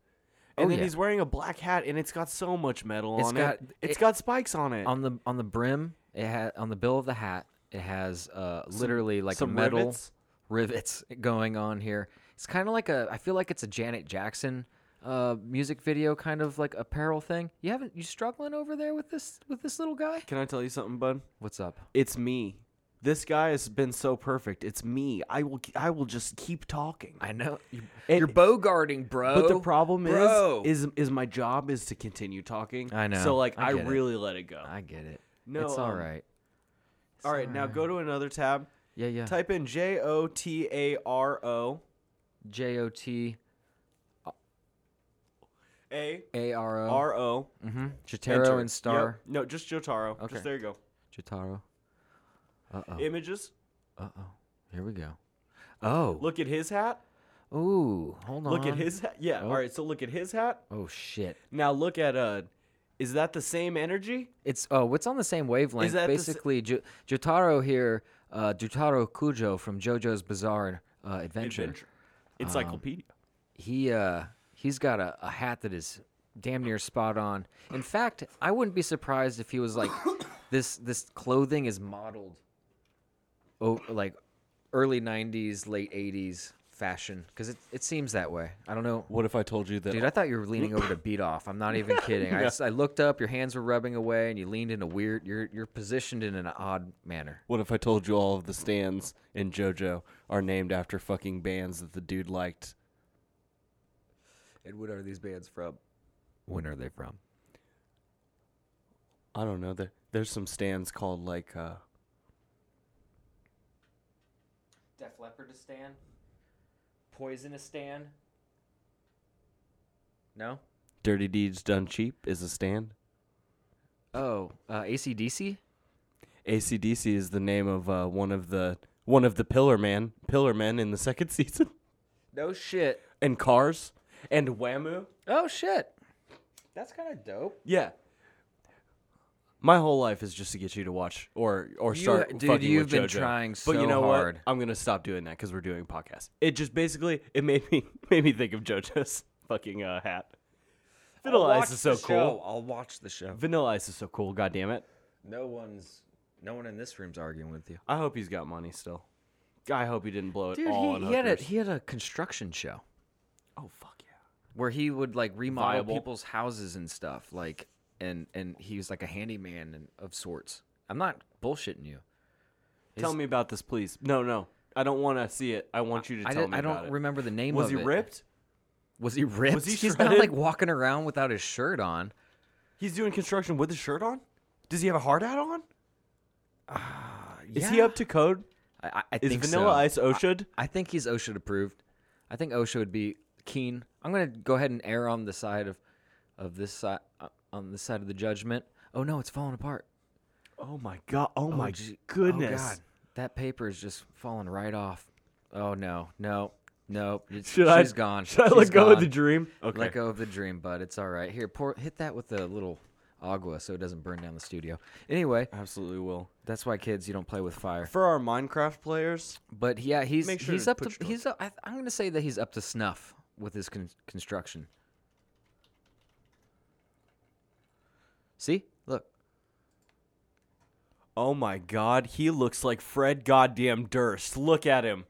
B: And
C: Oh,
B: then
C: yeah.
B: he's wearing a black hat, and it's got so much metal
C: It's
B: on
C: got-
B: it. It's
C: it-
B: got spikes on it.
C: on the on the brim, it ha- on the bill of the hat, it has uh, literally like
B: some
C: metal
B: rivets?
C: rivets (laughs) going on here. It's kind of like a. I feel like it's a Janet Jackson uh, music video kind of like apparel thing. You haven't you struggling over there with this with this little guy?
B: Can I tell you something, bud?
C: What's up?
B: It's me. This guy has been so perfect. It's me. I will. I will just keep talking.
C: I know you,
B: And-
C: you're bogarting, bro.
B: But the problem
C: Bro.
B: is, is is my job is to continue talking.
C: I know.
B: So like,
C: I
B: I,
C: get it.
B: really let it go.
C: I get it.
B: No,
C: it's all
B: um,
C: right.
B: all right, now go to another (laughs) tab.
C: Yeah, yeah.
B: Type in J O T A R O
C: J O T
B: A
C: A R O.
B: R O.
C: Mm-hmm.
B: Enter.
C: Jotaro and Star.
B: Yep. No, just Jotaro.
C: Okay.
B: Just there you go.
C: Jotaro. Uh oh.
B: Images.
C: Uh oh. Here we go. Oh.
B: Look at his hat.
C: Ooh. Hold on.
B: Look at his hat. Yeah. All right. So look at his hat.
C: Oh shit.
B: Now look at uh, is that the same energy?
C: It's oh, it's on the same wavelength.
B: that the s-
C: Basically, Ju- Jotaro here, uh, Jotaro Kujo from JoJo's Bizarre uh, Adventure.
B: Adventure. Encyclopedia.
C: He uh, he's got a, a hat that is damn near spot on. In fact, I wouldn't be surprised if he was like, (coughs) this this clothing is modeled, oh, like early '90s, late '80s fashion because it it seems that way. I don't know.
B: what if I told you that?
C: Dude, I thought you were leaning over to beat off. I'm
B: (laughs)
C: not even kidding. I, s- I looked up, your hands were rubbing away, and you leaned in a weird. You're you're positioned in an odd manner.
B: What if I told you all of the stands in JoJo are named after fucking bands that the dude liked?
C: And what are these bands from? When are they from?
B: I don't know. There, there's some stands called like uh,
C: Def Leopardistan, Poisonistan. No.
B: "Dirty Deeds Done Cheap" is a stand.
C: Oh, uh, ACDC.
B: ACDC is the name of uh, one of the one of the Pillar Man Pillar Men in the (laughs) second season,
C: No shit.
B: and Cars and Whamu.
C: Oh shit. That's kind of dope.
B: Yeah. My whole life is just to get you to watch or or
C: You-
B: start.
C: dude,
B: fucking
C: you've
B: with
C: been
B: JoJo.
C: trying
B: but
C: so
B: you know
C: hard.
B: what? I'm gonna stop doing that because we're doing a podcast. It just basically it made me (laughs) made me think of JoJo's (laughs) fucking uh, hat.
C: Oh,
B: Vanilla Ice is so cool.
C: I'll watch the show.
B: Vanilla Ice is so cool. God damn it!
C: No one's, no one in this room's arguing with you.
B: I hope he's got money still. I hope he didn't blow it
C: Dude,
B: all
C: he,
B: on
C: he had a
B: hookers.
C: he had a construction show.
B: Oh fuck yeah!
C: where he would like remodel
B: Viable.
C: people's houses and stuff like and and he was like a handyman and, of sorts i'm not bullshitting you
B: Tell me about this, please. No, no, I don't want to see it. I want you to
C: I,
B: tell
C: did,
B: me
C: I don't
B: about it.
C: remember the name
B: Was
C: of
B: he
C: it.
B: ripped?
C: was he ripped
B: he
C: he's not
B: shredded?
C: like walking around without his shirt on
B: He's doing construction with his shirt on. Does he have a hard hat on? Is
C: yeah.
B: he up to code?
C: i, I- I
B: Is
C: think
B: Vanilla
C: so.
B: Ice OSHA'd?
C: i think he's osha approved i think osha would be keen i'm gonna go ahead and err on the side of of this side on this side of the judgment oh no it's falling apart
B: Oh my god! Oh, my
C: gee- oh,
B: goodness!
C: God. That paper is just falling right off. Oh no, no, no. It's,
B: Should I?
C: she's gone.
B: Should I
C: She's
B: let go of the
C: gone.
B: dream? Okay.
C: Let go of the dream, bud. It's all right. Here, pour hit that with a little agua so it doesn't burn down the studio. Anyway,
B: Absolutely will.
C: that's why kids, you don't play with fire.
B: For our Minecraft players,
C: But yeah, he's
B: Make sure
C: he's
B: to
C: up
B: put
C: to
B: your-
C: he's. Up, I, I'm gonna say that he's up to snuff with his con- construction. See, look,
B: oh my god, he looks like Fred Goddamn Durst. Look at him.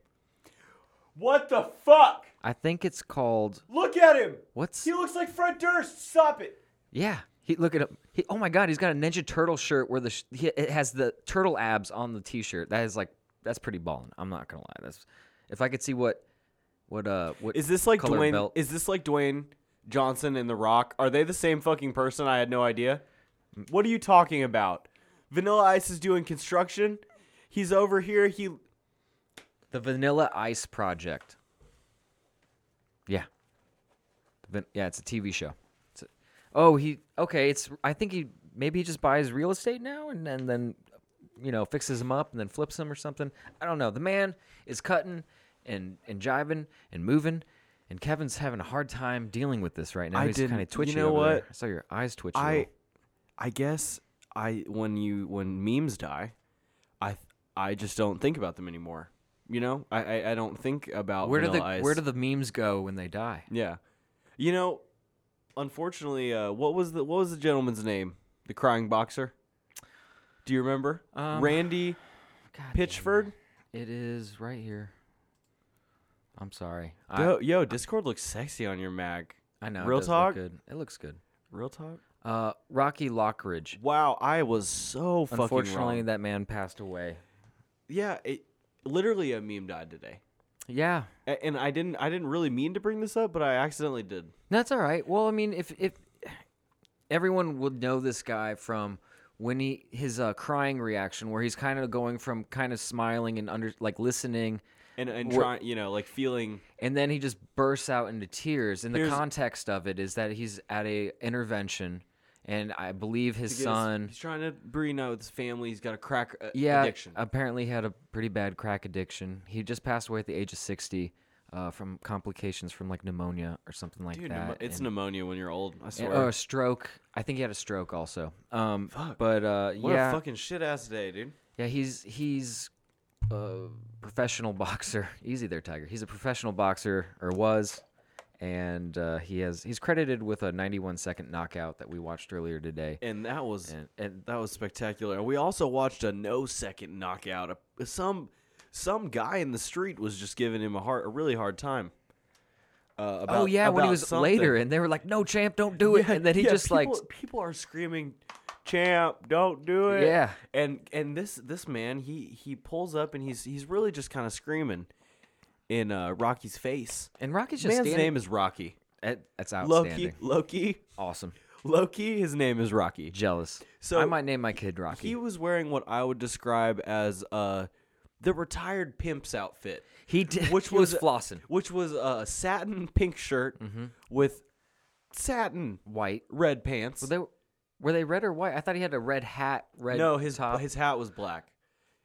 B: What the fuck?
C: I think it's called
B: Look at him.
C: what's
B: He looks like Fred Durst. Stop it.
C: Yeah. He look at him. He, oh my God, he's got a Ninja Turtle shirt where the sh- he, it has the turtle abs on the T-shirt. That is like that's pretty ballin'. I'm not gonna lie. That's if I could see what what uh what
B: Is this like
C: color
B: Dwayne?
C: belt-
B: Is this like Dwayne Johnson and The Rock? Are they the same fucking person? I had no idea. What are you talking about? Vanilla Ice is doing construction. He's over here. He
C: the Vanilla Ice Project? Yeah. The Van- yeah, it's a TV show. It's a- oh, he okay. It's I think he maybe he just buys real estate now and, and then you know fixes them up and then flips them or something. I don't know. The man is cutting and and jiving and moving. And Kevin's having a hard time dealing with this right now.
B: I
C: He's kind
B: didn't- you
C: of twitchy.
B: know
C: over there.
B: what?
C: I saw your eyes twitch. a
B: I
C: little.
B: I guess I when you when memes die, I I just don't think about them anymore. You know, I I, I don't think about
C: Where do
B: Vanilla
C: the
B: Ice.
C: where do the memes go when they die?
B: yeah, you know, unfortunately, uh, what was the what was the gentleman's name? The crying boxer. Do you remember
C: Um,
B: Randy
C: God damn it.
B: Pitchford?
C: It is right here. I'm sorry. I,
B: Yo, yo, Discord looks sexy on your Mac.
C: I know. it
B: real
C: does look
B: talk?
C: good. It looks good.
B: Real talk.
C: Uh, Rocky Lockridge.
B: Wow, I was so fucking
C: Unfortunately,
B: wrong.
C: that man passed away.
B: Yeah, it literally a meme died today.
C: Yeah,
B: A- and I didn't I didn't really mean to bring this up, but I accidentally did.
C: that's all right. Well, I mean, if if everyone would know this guy from when he his uh, crying reaction, where he's kind of going from kind of smiling and under like listening,
B: And and
C: Wha-
B: trying, you know, like feeling
C: and then he just bursts out into tears. And the
B: Here's-
C: context of it is that he's at a intervention, and I believe his
B: because
C: son.
B: He's trying to reunite with his family. He's got a crack uh,
C: yeah,
B: addiction.
C: apparently he had a pretty bad crack addiction. He just passed away at the age of sixty uh, from complications from like pneumonia or something like
B: Dude,
C: that.
B: pneumo- it's
C: and-
B: pneumonia when you're old. I swear.
C: and- oh, a stroke. I think he had a stroke also. Um,
B: Fuck.
C: but uh,
B: what
C: yeah,
B: a fucking shit ass day, dude.
C: yeah, he's he's a professional (laughs) boxer. Easy there, Tiger. He's a professional boxer or was, and uh, he has he's credited with a 91 second knockout that we watched earlier today.
B: And that was
C: And, and
B: that was spectacular. We also watched a no second knockout. A- Some some guy in the street was just giving him a hard, a really hard time. Uh, about,
C: oh yeah, when he
B: about
C: was
B: something. (laughs)
C: later, and they were like, "No, champ, don't do it," and then he
B: Yeah,
C: just like
B: people- people are screaming, "Champ, don't do it!"
C: Yeah.
B: and and this this man he he pulls up and he's he's really just kind of screaming in uh, Rocky's face.
C: And Rocky's just
B: Man's
C: standing.
B: name is Rocky.
C: That- that's outstanding.
B: Loki, Loki,
C: Awesome.
B: Loki. His name is Rocky.
C: Jealous.
B: So-
C: So I might name my kid Rocky.
B: He
C: He,
B: was wearing what I would describe as uh, the retired pimp's outfit,
C: did. (laughs)
B: which
C: he was,
B: was-
C: flossing.
B: which was a satin pink shirt
C: Mm-hmm.
B: with satin
C: White.
B: red pants.
C: Were they, were they red or white? I thought he had a red hat. Red.
B: no, his
C: top.
B: his hat was black.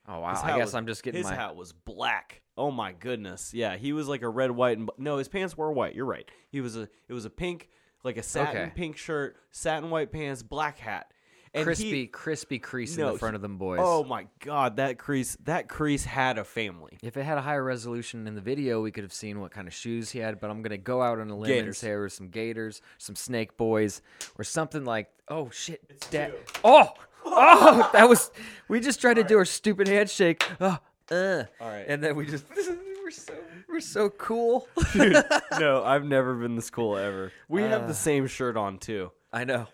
C: oh wow.
B: His
C: I
B: hat
C: guess
B: was-
C: I'm just getting
B: his
C: my.
B: hat was black. Oh my goodness! Yeah, he was like a red, white, and bl- no, his pants were white. You're right. He was a it was a pink, like a satin
C: Okay.
B: pink shirt, satin white pants, black hat, and he-
C: crispy, crispy crease in
B: No,
C: the front of them boys.
B: oh my god, that crease that crease had a family.
C: If it had a higher resolution in the video, we could have seen what kind of shoes he had. But I'm gonna go out on a limb and
B: Gators.
C: say there were some gators, some snake boys, or something like. Oh shit! Dad. Oh, oh, that was. We just tried to do our stupid handshake. Oh, uh. All
B: right.
C: And then we just. (laughs) we're so we're so cool. (laughs)
B: (laughs) no, I've never been this cool ever. We have the
C: Ah.
B: same shirt on too.
C: I know.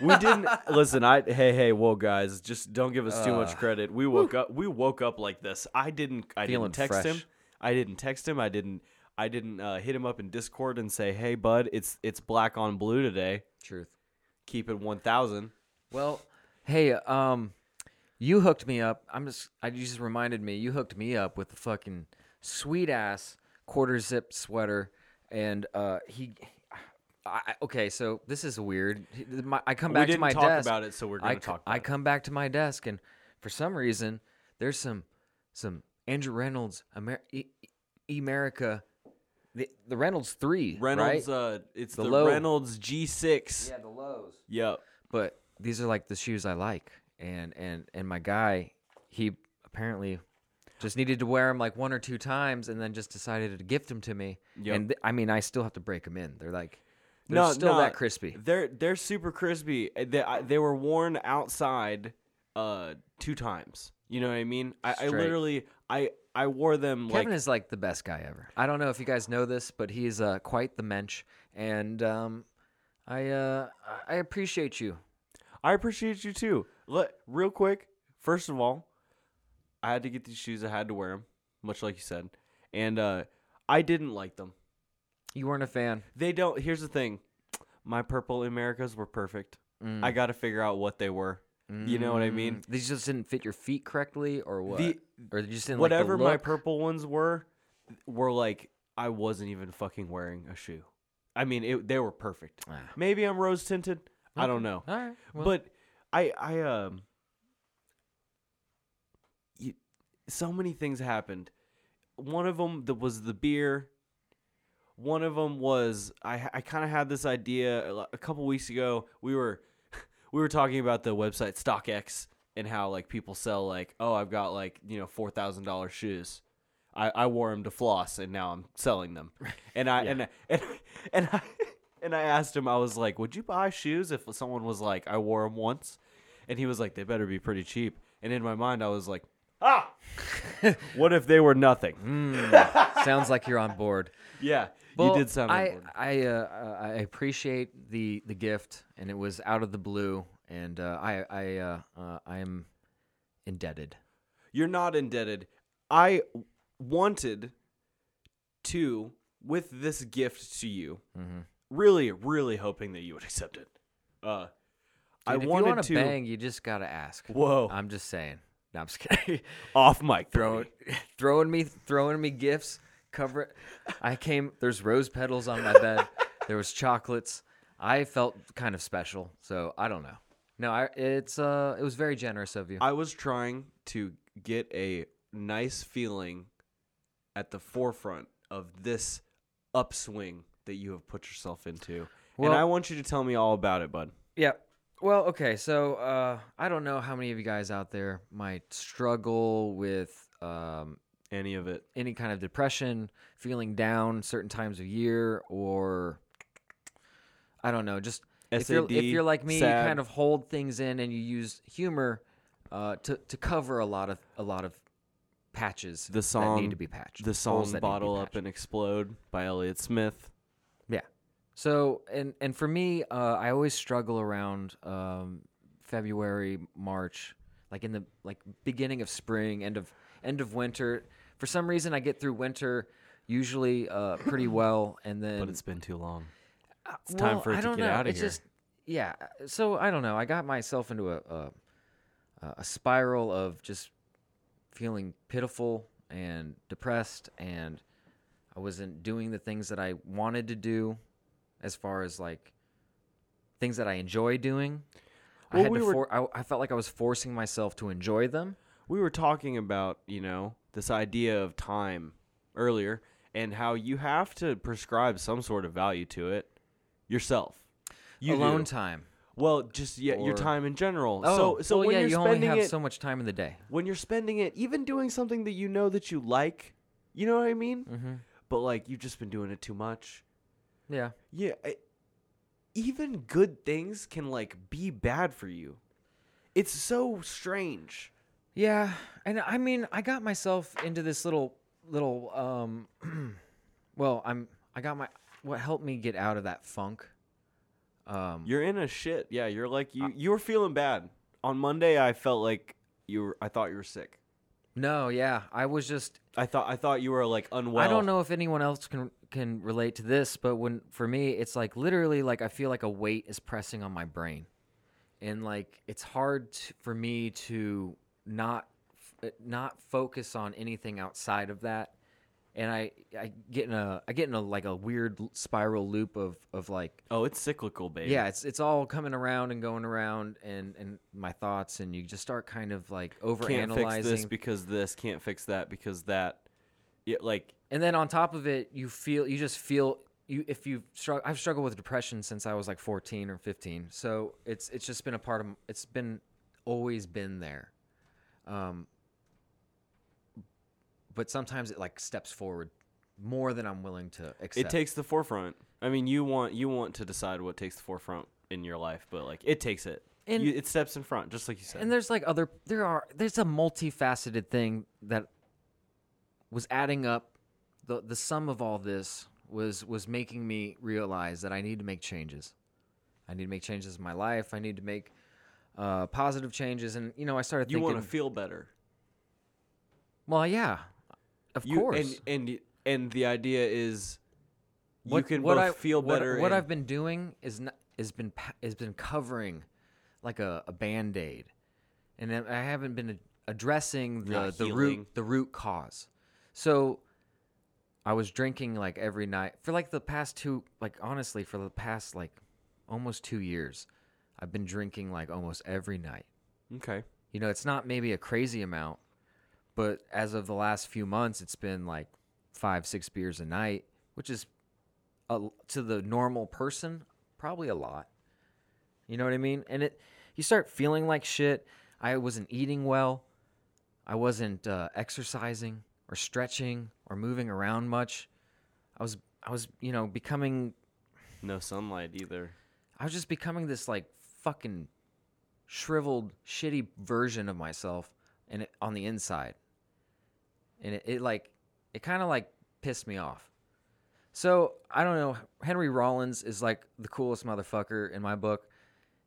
B: We
C: (laughs)
B: didn't listen. I hey hey whoa guys, just don't give us too
C: Ah.
B: much credit. We woke up. We woke up like this. I didn't. I
C: Feeling
B: didn't text him.
C: fresh.
B: I didn't text him. I didn't. I didn't uh, hit him up in Discord and say, "Hey bud, it's it's black on blue today.
C: Truth.
B: Keep it one thousand.
C: Well, hey, um, you hooked me up. I'm just, I you just reminded me, you hooked me up with the fucking sweet ass quarter zip sweater, and uh, he, I, I- okay, so this is weird. He- My, I come
B: We
C: back to
B: didn't
C: my
B: talk
C: desk.
B: about it, so we're
C: I
B: gonna
C: c-
B: talk
C: I
B: about it.
C: come back to my desk, and for some reason, there's some, some Andrew Reynolds, Amer, e- e- America, the, the Reynolds three,
B: Reynolds.
C: right?
B: Uh, it's the,
C: The low.
B: Reynolds G6.
C: the lows.
B: Yep.
C: but these are like the shoes I like, and and and my guy, he apparently just needed to wear them like one or two times, and then just decided to gift them to me.
B: Yep.
C: And th- I mean, I still have to break them in. They're like, they're still that crispy.
B: They're they're super crispy. Uh, They I, they were worn outside uh two times. You know what I mean? I, I
C: Straight.
B: literally I I wore them
C: Kevin
B: like
C: is like the best guy ever. I don't know if you guys know this, but he's uh, quite the mensch, and um, I uh, I appreciate you.
B: I appreciate you too. Let real quick. First of all, I had to get these shoes. I had to wear them, much like you said, and uh I didn't like them.
C: You weren't a fan.
B: They don't. Here's the thing. My purple Americas were perfect. I got to figure out what they were. You know what I mean?
C: Mm, These just didn't fit your feet correctly, or what?
B: The-
C: or they just didn't
B: whatever
C: like the
B: my
C: look?
B: purple ones were were like I wasn't even fucking wearing a shoe. I mean, it, they were perfect.
C: Ah.
B: Maybe I'm rose tinted. I don't know.
C: All right, Uh, well,
B: but I I um you, so many things happened. One of them that was the beer. One of them was I I kind of had this idea a lo- a couple weeks ago. We were (laughs) we were talking about the website StockX and how like people sell like, oh, I've got like you know four thousand dollars shoes. I, I wore them to floss and now I'm selling
C: (laughs)
B: them. And I and and (laughs) and I and I asked him. I was like, would you buy shoes if someone was like, I wore them once? And he was like, they better be pretty cheap. And in my mind, I was like,
C: (laughs)
B: ah, what if they were nothing?
C: Sounds like you're on board.
B: Yeah,
C: Mm.
B: (laughs)
C: Well,
B: you did sound. on
C: I
B: board.
C: I, uh, I appreciate the the gift, and it was out of the blue, and uh, I I uh, uh, I am indebted.
B: You're not indebted. I wanted to, with this gift to you,
C: Mm-hmm.
B: really, really hoping that you would accept it. Uh, I
C: Dude, if
B: wanted
C: you wanna
B: to
C: bang. You just gotta ask.
B: Whoa.
C: I'm just saying. No, I'm just kidding. (laughs)
B: off mic
C: throwing,
B: throwing.
C: (laughs) throwing me, throwing me gifts. Cover it. I came. There's rose petals on
B: (laughs)
C: my bed. there was chocolates. I felt kind of special. So I don't know. No, I, it's uh, it was very generous of you.
B: I was trying to get a nice feeling at the forefront of this upswing that you have put yourself into.
C: Well-
B: and I want you to tell me all about it, bud.
C: Yeah. Well, okay. So uh, I don't know how many of you guys out there might struggle with um,
B: Any of it.
C: any kind of depression, feeling down certain times of year, or I don't know, just if you're if
B: SAD,
C: you're like me,
B: sad.
C: you kind of hold things in and you use humor uh, to to cover a lot of a lot of patches
B: The song
C: that need to be patched.
B: The
C: holes that
B: song
C: need to be
B: Bottle Up
C: patched.
B: and Explode by Elliott Smith.
C: Yeah. So and and for me, uh, I always struggle around um, February, March, like in the like beginning of spring, end of end of winter. For some reason, I get through winter usually uh, pretty well, and then
B: But it's been too long.
C: uh,
B: it's time
C: well,
B: for it
C: I
B: to
C: don't
B: get
C: know.
B: outta
C: It's
B: here.
C: Just, yeah. uh, So I don't know. I got myself into a a, a spiral of just feeling pitiful and depressed, and I wasn't doing the things that I wanted to do, as far as like things that I enjoy doing. I
B: Well,
C: had
B: we
C: to
B: were-
C: for, I, I felt like I was forcing myself to enjoy them.
B: we were talking about you know this idea of time earlier and how you have to prescribe some sort of value to it yourself you
C: alone
B: do.
C: time.
B: well just yeah, your
C: Or-
B: time in general
C: Oh,
B: so so
C: well,
B: when
C: yeah,
B: you're
C: you only
B: spending
C: have
B: it
C: so much time in the day.
B: when you're spending it even doing something that you know that you like you know what i mean
C: Mm-hmm.
B: but like you've just been doing it too much
C: Yeah.
B: yeah I, even good things can like be bad for you it's so strange
C: Yeah, and I mean, I got myself into this little little um (clears throat) well, I'm I got my what helped me get out of that funk. Um
B: You're in a shit. Yeah, you're like
C: Ah.
B: you. You were feeling bad on Monday. I felt like you. Were, I thought you were sick.
C: no, yeah, I was just
B: I thought. I thought you were like unwell.
C: I don't know if anyone else can can relate to this, but when for me it's like literally like I feel like a weight is pressing on my brain. And like it's hard t- for me to not f- not focus on anything outside of that. And I I get in a I get in a like a weird l- spiral loop of of like
B: Oh, it's cyclical, baby.
C: yeah, it's it's all coming around and going around and and my thoughts and you just start kind of like
B: Can't
C: overanalyzing
B: fix this because this. Can't fix that because that. Yeah, like
C: and then on top of it you feel you just feel you if you struggle i've struggled with depression since i was like 14 or 15 so it's it's just been a part of it's been always been there um but sometimes it like steps forward more than i'm willing to accept
B: it takes the forefront. I mean, you want you want to decide what takes the forefront in your life, but like it takes it.
C: And-
B: you, it steps in front, just like you said.
C: and there's like other there are there's a multifaceted thing that was adding up the the sum of all this was was making me realize that I need to make changes. I need to make changes in my life. I need to make uh, positive changes, and you know, I started
B: you
C: thinking.
B: want to feel better,
C: well, yeah, of
B: you,
C: course.
B: And and and the idea is, you can both
C: I,
B: feel
C: what-
B: better.
C: What,
B: and-
C: I've been doing is not, has been pa- has been covering like a, a band aid, and then I haven't been a- addressing the
B: Not
C: the
B: healing.
C: root the root cause. So I was drinking like every night for like the past two like honestly for the past like almost two years, I've been drinking like almost every night.
B: okay.
C: You know, it's not maybe a crazy amount, but as of the last few months, it's been like five, six beers a night, which is a, to the normal person probably a lot. You know what I mean? And it you start feeling like shit. I wasn't eating well. I wasn't uh, exercising or stretching or moving around much. I was I was you know becoming
B: No sunlight either.
C: I was just becoming this like fucking shriveled, shitty version of myself, and it, on the inside, and it, it like it kind of like pissed me off. So I don't know. Henry Rollins is like the coolest motherfucker in my book,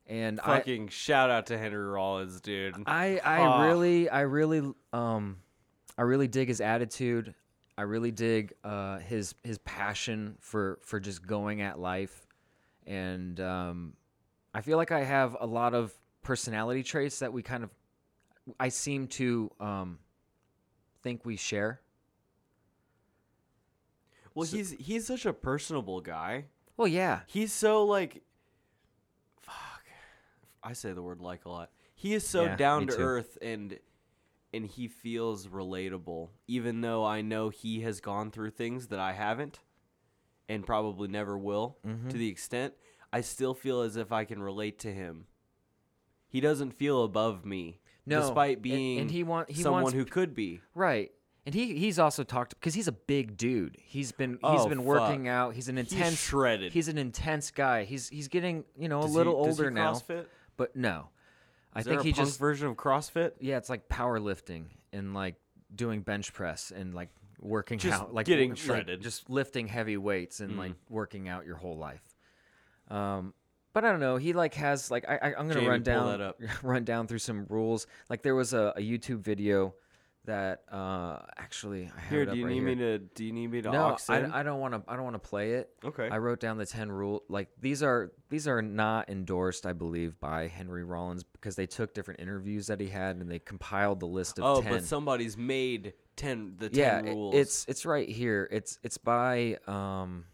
C: and I
B: Fucking shout out to Henry Rollins, dude.
C: I I
B: Ah.
C: really I really um I really dig his attitude. I really dig uh his his passion for for just going at life and um I feel like I have a lot of personality traits that we kind of I seem to um think we share.
B: well, he's he's such a personable guy.
C: Well, yeah.
B: He's so like, fuck. I say the word like a lot. He is so
C: Yeah, me
B: down to
C: too.
B: earth and and he feels relatable, even though I know he has gone through things that I haven't, and probably never will.
C: Mm-hmm.
B: To the extent I still feel as if I can relate to him. He doesn't feel above me,
C: No,
B: despite
C: and-
B: being
C: and he want- he
B: someone
C: wants
B: who could be.
C: Right. And he he's also talked because he's a big dude. He's been he's
B: Oh,
C: been
B: fuck.
C: working out. He's an
B: He's
C: intense
B: shredded.
C: He's an intense guy. He's he's getting, you know, a
B: Does he-
C: little
B: does he
C: older now.
B: CrossFit?
C: But no. I
B: Is there
C: think
B: a
C: he
B: punk
C: just
B: version of CrossFit.
C: yeah, it's like powerlifting and like doing bench press and like working
B: Just
C: out, like
B: getting
C: like,
B: shredded. Mm.
C: just lifting heavy weights and like working out your whole life. Um, but I don't know. He like has like I, I I'm gonna
B: Jamie,
C: run
B: pull
C: down
B: that up.
C: (laughs) run down through some rules. Like there was a, a YouTube video that uh actually I have
B: Here,
C: it up
B: do you
C: right
B: need me to?
C: here.
B: Do you need me to?
C: No,
B: aux in?
C: I, I don't want to. I don't want to play it.
B: Okay.
C: I wrote down the ten rule. Like these are these are not endorsed, I believe, by Henry Rollins because they took different interviews that he had and they compiled the list of
B: Oh,
C: ten.
B: but somebody's made ten the
C: yeah,
B: ten
C: it-
B: rules.
C: it's it's right here. It's it's by um,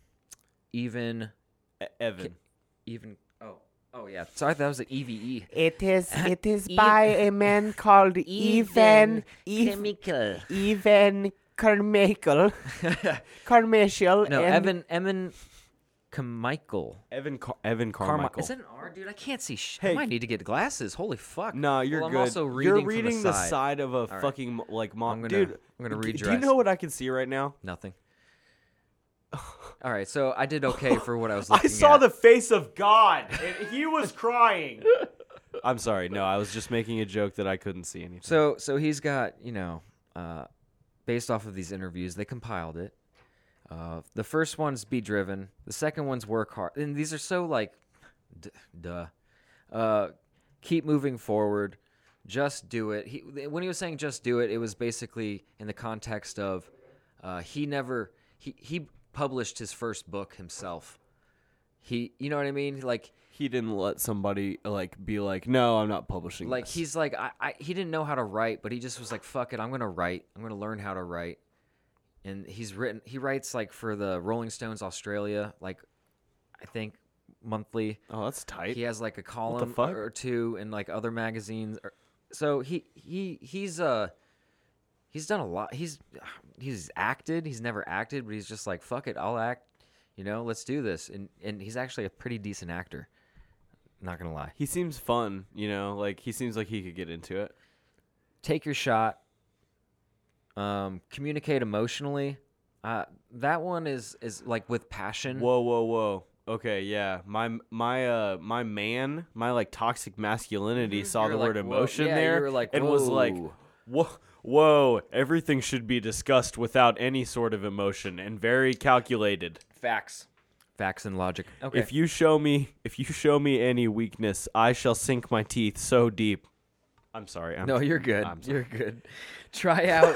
C: even
B: E- Evan.
C: even. Oh oh yeah. Sorry, that was an EVE.
A: It
C: (laughs)
A: is it is
C: E
A: by a man called Evan Ev-
C: (laughs)
D: chemical.
A: Evan Carmichael Carmichael
C: No,
A: and
C: Evan Evan. Carmichael.
B: Evan. Car- Evan
C: Carmi-
B: Carmichael.
C: Is it an R, dude? I can't see. Sh- I
B: Hey.
C: might need to get glasses. Holy fuck.
B: no, you're
C: well,
B: good.
C: I'm also reading
B: you're
C: from the
B: reading the
C: side.
B: side, of a fucking mo- like mom,
C: gonna-
B: dude.
C: I'm gonna
B: d-
C: read
B: Do
C: your
B: you
C: eyes.
B: know what I can see right now?
C: Nothing. All right, so I did okay for what I
B: (laughs)
C: was
B: I
C: looking
B: saw
C: at.
B: the face of God, and he was crying. I'm sorry. No, I was just making a joke that I couldn't see anything.
C: So so he's got you know, uh, based off of these interviews, they compiled it. Uh, the first one's be driven. The second one's work hard. And these are so like, d- duh. Uh, keep moving forward. Just do it. He, when he was saying just do it, it was basically in the context of uh, he never he he published his first book himself. He you know what I mean? Like
B: he didn't let somebody like be like, "No, I'm not publishing."
C: like
B: this."
C: he's like I, I he didn't know how to write but he just was like fuck it i'm gonna write i'm gonna learn how to write and he's written he writes like for the rolling stones australia like i think monthly
B: "Oh, that's tight."
C: he has like a column
B: fuck?
C: or two in like other magazines or, so he he he's uh he's done a lot he's he's acted he's never acted but he's just like fuck it i'll act you know let's do this and and he's actually a pretty decent actor not gonna lie
B: He seems fun, you know. Like he seems like he could get into it.
C: take your shot um communicate emotionally uh that one is is like with passion
B: Whoa, whoa, whoa. Okay, yeah. My my uh my man, my like toxic masculinity saw the
C: You're Mm-hmm. like,
B: word
C: whoa.
B: emotion
C: Yeah, you
B: there
C: were like,
B: and was like,
C: whoa.
B: whoa, whoa, everything should be discussed without any sort of emotion and very calculated.
C: facts facts and logic okay
B: If you show me if you show me any weakness, I shall sink my teeth so deep. I'm sorry. I'm
C: no you're good
B: I'm sorry.
C: you're good
B: (laughs)
C: try out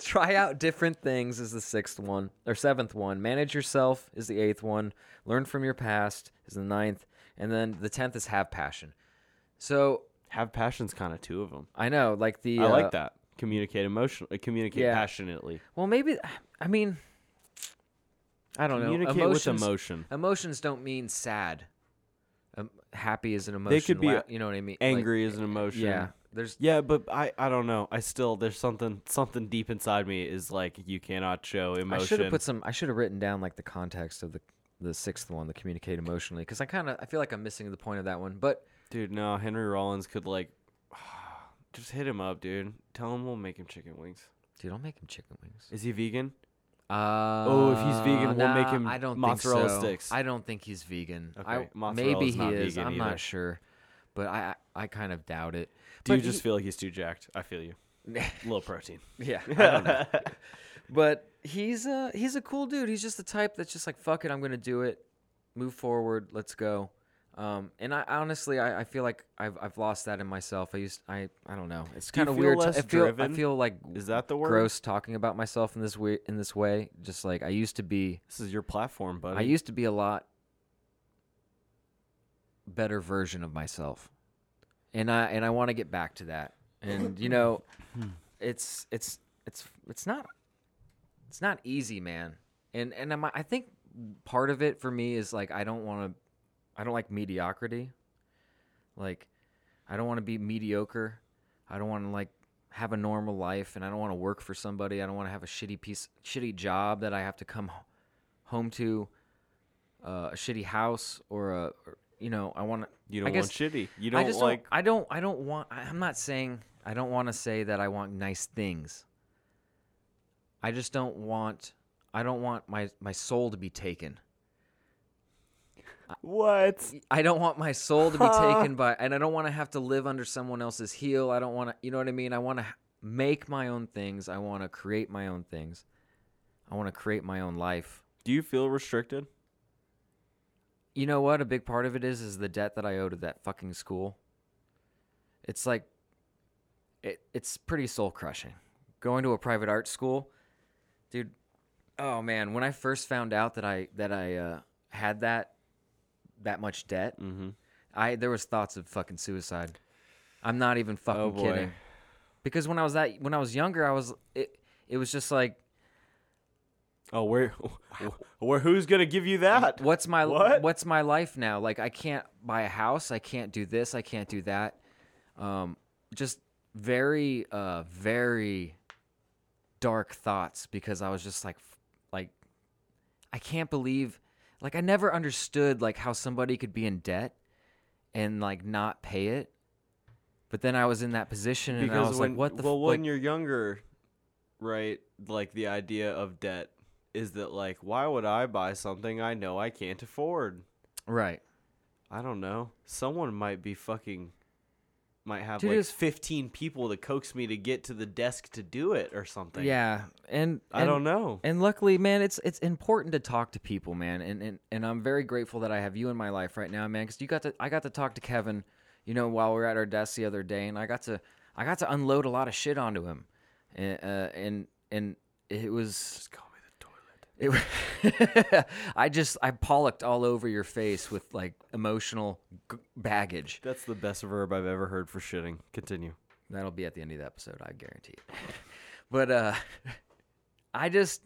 C: try out different things is the sixth one or seventh one manage yourself is the eighth one learn from your past is the ninth and then the tenth is have passion so
B: Have passions kind of two of them.
C: i know like the
B: I
C: uh,
B: like that. Communicate emotion uh, communicate
C: Yeah.
B: passionately.
C: Well, maybe. I mean, I don't
B: Communicate
C: know.
B: with
C: Emotions,
B: emotion.
C: Emotions don't mean sad. Um, happy is an emotion.
B: They could be,
C: la-
B: uh,
C: you know what I mean. Like,
B: Angry is an emotion.
C: yeah. There's.
B: Yeah, but I I don't know. I still there's something something deep inside me is like you cannot show
C: I
B: emotion.
C: should have put some. I should have written down like the context of the the sixth one, the communicate emotionally, because I kind of I feel like I'm missing the point of that one. But
B: Dude, no, Henry Rollins could like (sighs) just hit him up, dude. Tell him we'll make him chicken wings.
C: Dude, I'll make him chicken wings.
B: Is he vegan?
C: Uh,
B: Oh, if he's vegan, we'll make
C: nah,
B: him
C: I don't
B: mozzarella
C: think so.
B: sticks.
C: I don't think he's vegan. I,
B: Okay, mozzarella's
C: maybe he
B: not
C: is.
B: vegan
C: I'm
B: either.
C: not sure, but I I, I kind of doubt it.
B: Do you
C: But
B: just feel like he's too jacked? I
C: (laughs)
B: feel you. Little protein. (laughs)
C: Yeah, I don't know. but he's a he's a cool dude. He's just the type that's just like fuck it, I'm gonna do it. Move forward, let's go. Um, and I honestly, I, I feel like I've I've lost that in myself. I used I I don't know. It's
B: Do you
C: kind of
B: feel
C: weird. to-
B: less
C: I feel I
B: driven?
C: feel like
B: Is that the word?
C: gross talking about myself in this way in this way. Just like I used to be.
B: This is your platform, buddy.
C: I used to be a lot better version of myself. And I and I want to get back to that. And you know, it's it's it's it's not it's not easy, man. And and I'm, I think part of it for me is like I don't want to I don't like mediocrity. Like I don't want to be mediocre. I don't want to like have a normal life and I don't want to work for somebody. I don't want to have a shitty piece shitty job that I have to come h- home to uh, a shitty house or a or, you know, I want to
B: you
C: I
B: don't
C: guess-
B: want shitty. You don't
C: I just
B: like.
C: don't, I don't I don't want I- I'm not saying I don't want to say that I want nice things. I just don't want I don't want my my soul to be taken.
B: What?
C: I don't want my soul to be taken by and I don't want to have to live under someone else's heel. I don't want to, you know what I mean? I want to make my own things. I want to create my own things. I want to create my own life.
B: Do you feel restricted?
C: you know what a big part of it is is the debt that i owe to that fucking school it's like it, it's pretty soul crushing going to a private art school dude oh man when i first found out that i that i uh, had that that much debt
B: Mm-hmm.
C: i there was thoughts of fucking suicide i'm not even fucking
B: Oh, boy.
C: kidding because when i was that when i was younger i was it, it was just like
B: Oh, where, (laughs) where? Who's gonna give you that?
C: what's my
B: What?
C: what's my life now? Like I can't buy a house, I can't do this, I can't do that. Um, just very uh very dark thoughts because I was just like f- like I can't believe like I never understood like how somebody could be in debt and like not pay it. But then I was in that position and I was
B: when,
C: like what the
B: well,
C: f-
B: when
C: like,
B: you're younger, right? Like the idea of debt is that like, why would I buy something I know I can't afford?
C: right.
B: I don't know. Someone might be fucking, might have
C: Dude,
B: like
C: it's-
B: 15 people to coax me to get to the desk to do it or something.
C: Yeah. And
B: I
C: and-
B: don't know.
C: And luckily, man, it's it's important to talk to people, man. And and, and I'm very grateful that I have you in my life right now, man. Because you got to I got to talk to Kevin, you know, while we were at our desk the other day, and I got to I got to unload a lot of shit onto him, and uh, and and it was.
B: Call me the toilet.
C: It, (laughs) I just I pollocked all over your face with like emotional g- baggage.
B: That's the best verb I've ever heard for shitting. Continue.
C: That'll be at the end of the episode, I guarantee it. (laughs) but uh (laughs) I just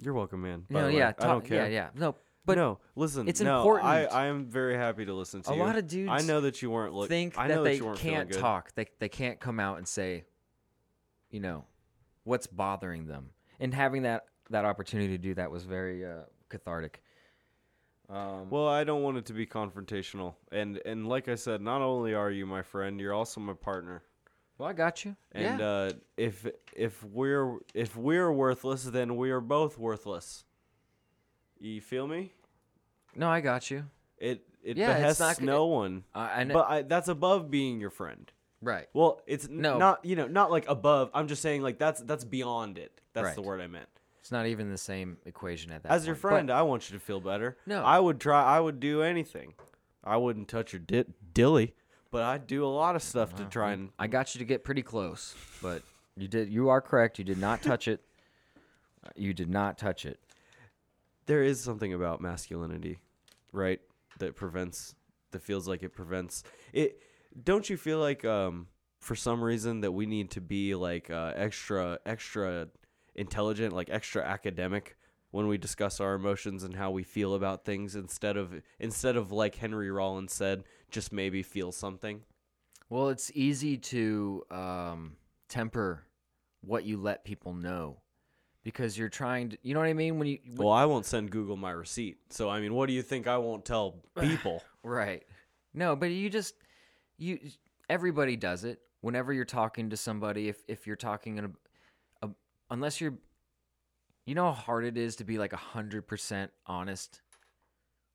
B: You're welcome, man. by
C: no,
B: the way.
C: yeah,
B: I don't
C: talk-
B: care.
C: yeah, yeah. No, but
B: no, listen.
C: it's
B: no, I,
C: important.
B: I am very happy to listen to
C: A
B: you.
C: lot of dudes
B: I know that you weren't looking.
C: think
B: I
C: that
B: know
C: they
B: you weren't feeling
C: can't
B: good.
C: talk. They they can't come out and say, you know, what's bothering them. And having that that opportunity to do that was very uh, cathartic. Um,
B: Well, I don't want it to be confrontational, and and like I said, not only are you my friend, you're also my partner.
C: well, I got you.
B: And
C: yeah.
B: uh, if if we're if we're worthless, then we are both worthless. You feel me?
C: no, I got you.
B: It it
C: Yeah, it's
B: behests
C: not-
B: no one.
C: I, I know.
B: but I, that's above being your friend.
C: right.
B: Well, it's n-
C: No.
B: not you know not like above. I'm just saying like that's that's beyond it. That's the
C: Right.
B: word I meant.
C: It's not even the same equation at that.
B: As your
C: point. But-
B: friend, uh, I want you to feel better.
C: No.
B: I would try. I would do anything. I wouldn't touch your di- dilly, but I'd do a lot of stuff
C: Uh-huh.
B: to try and.
C: I got you to get pretty close, but you did. You are correct. You did not touch it. Uh, You did not touch it.
B: There is something about masculinity, right? That prevents. That feels like it prevents it. Don't you feel like um for some reason that we need to be like uh, extra extra intelligent, like extra academic when we discuss our emotions and how we feel about things instead of instead of like Henry Rollins said, just maybe feel something.
C: Well, it's easy to um, temper what you let people know because you're trying to. You know what I mean? When you
B: Well, I won't send Google my receipt. So I mean, what do you think I won't tell people?
C: Right. No, but you just you everybody does it whenever you're talking to somebody if if you're talking in a, a unless you're you know how hard it is to be like 100% honest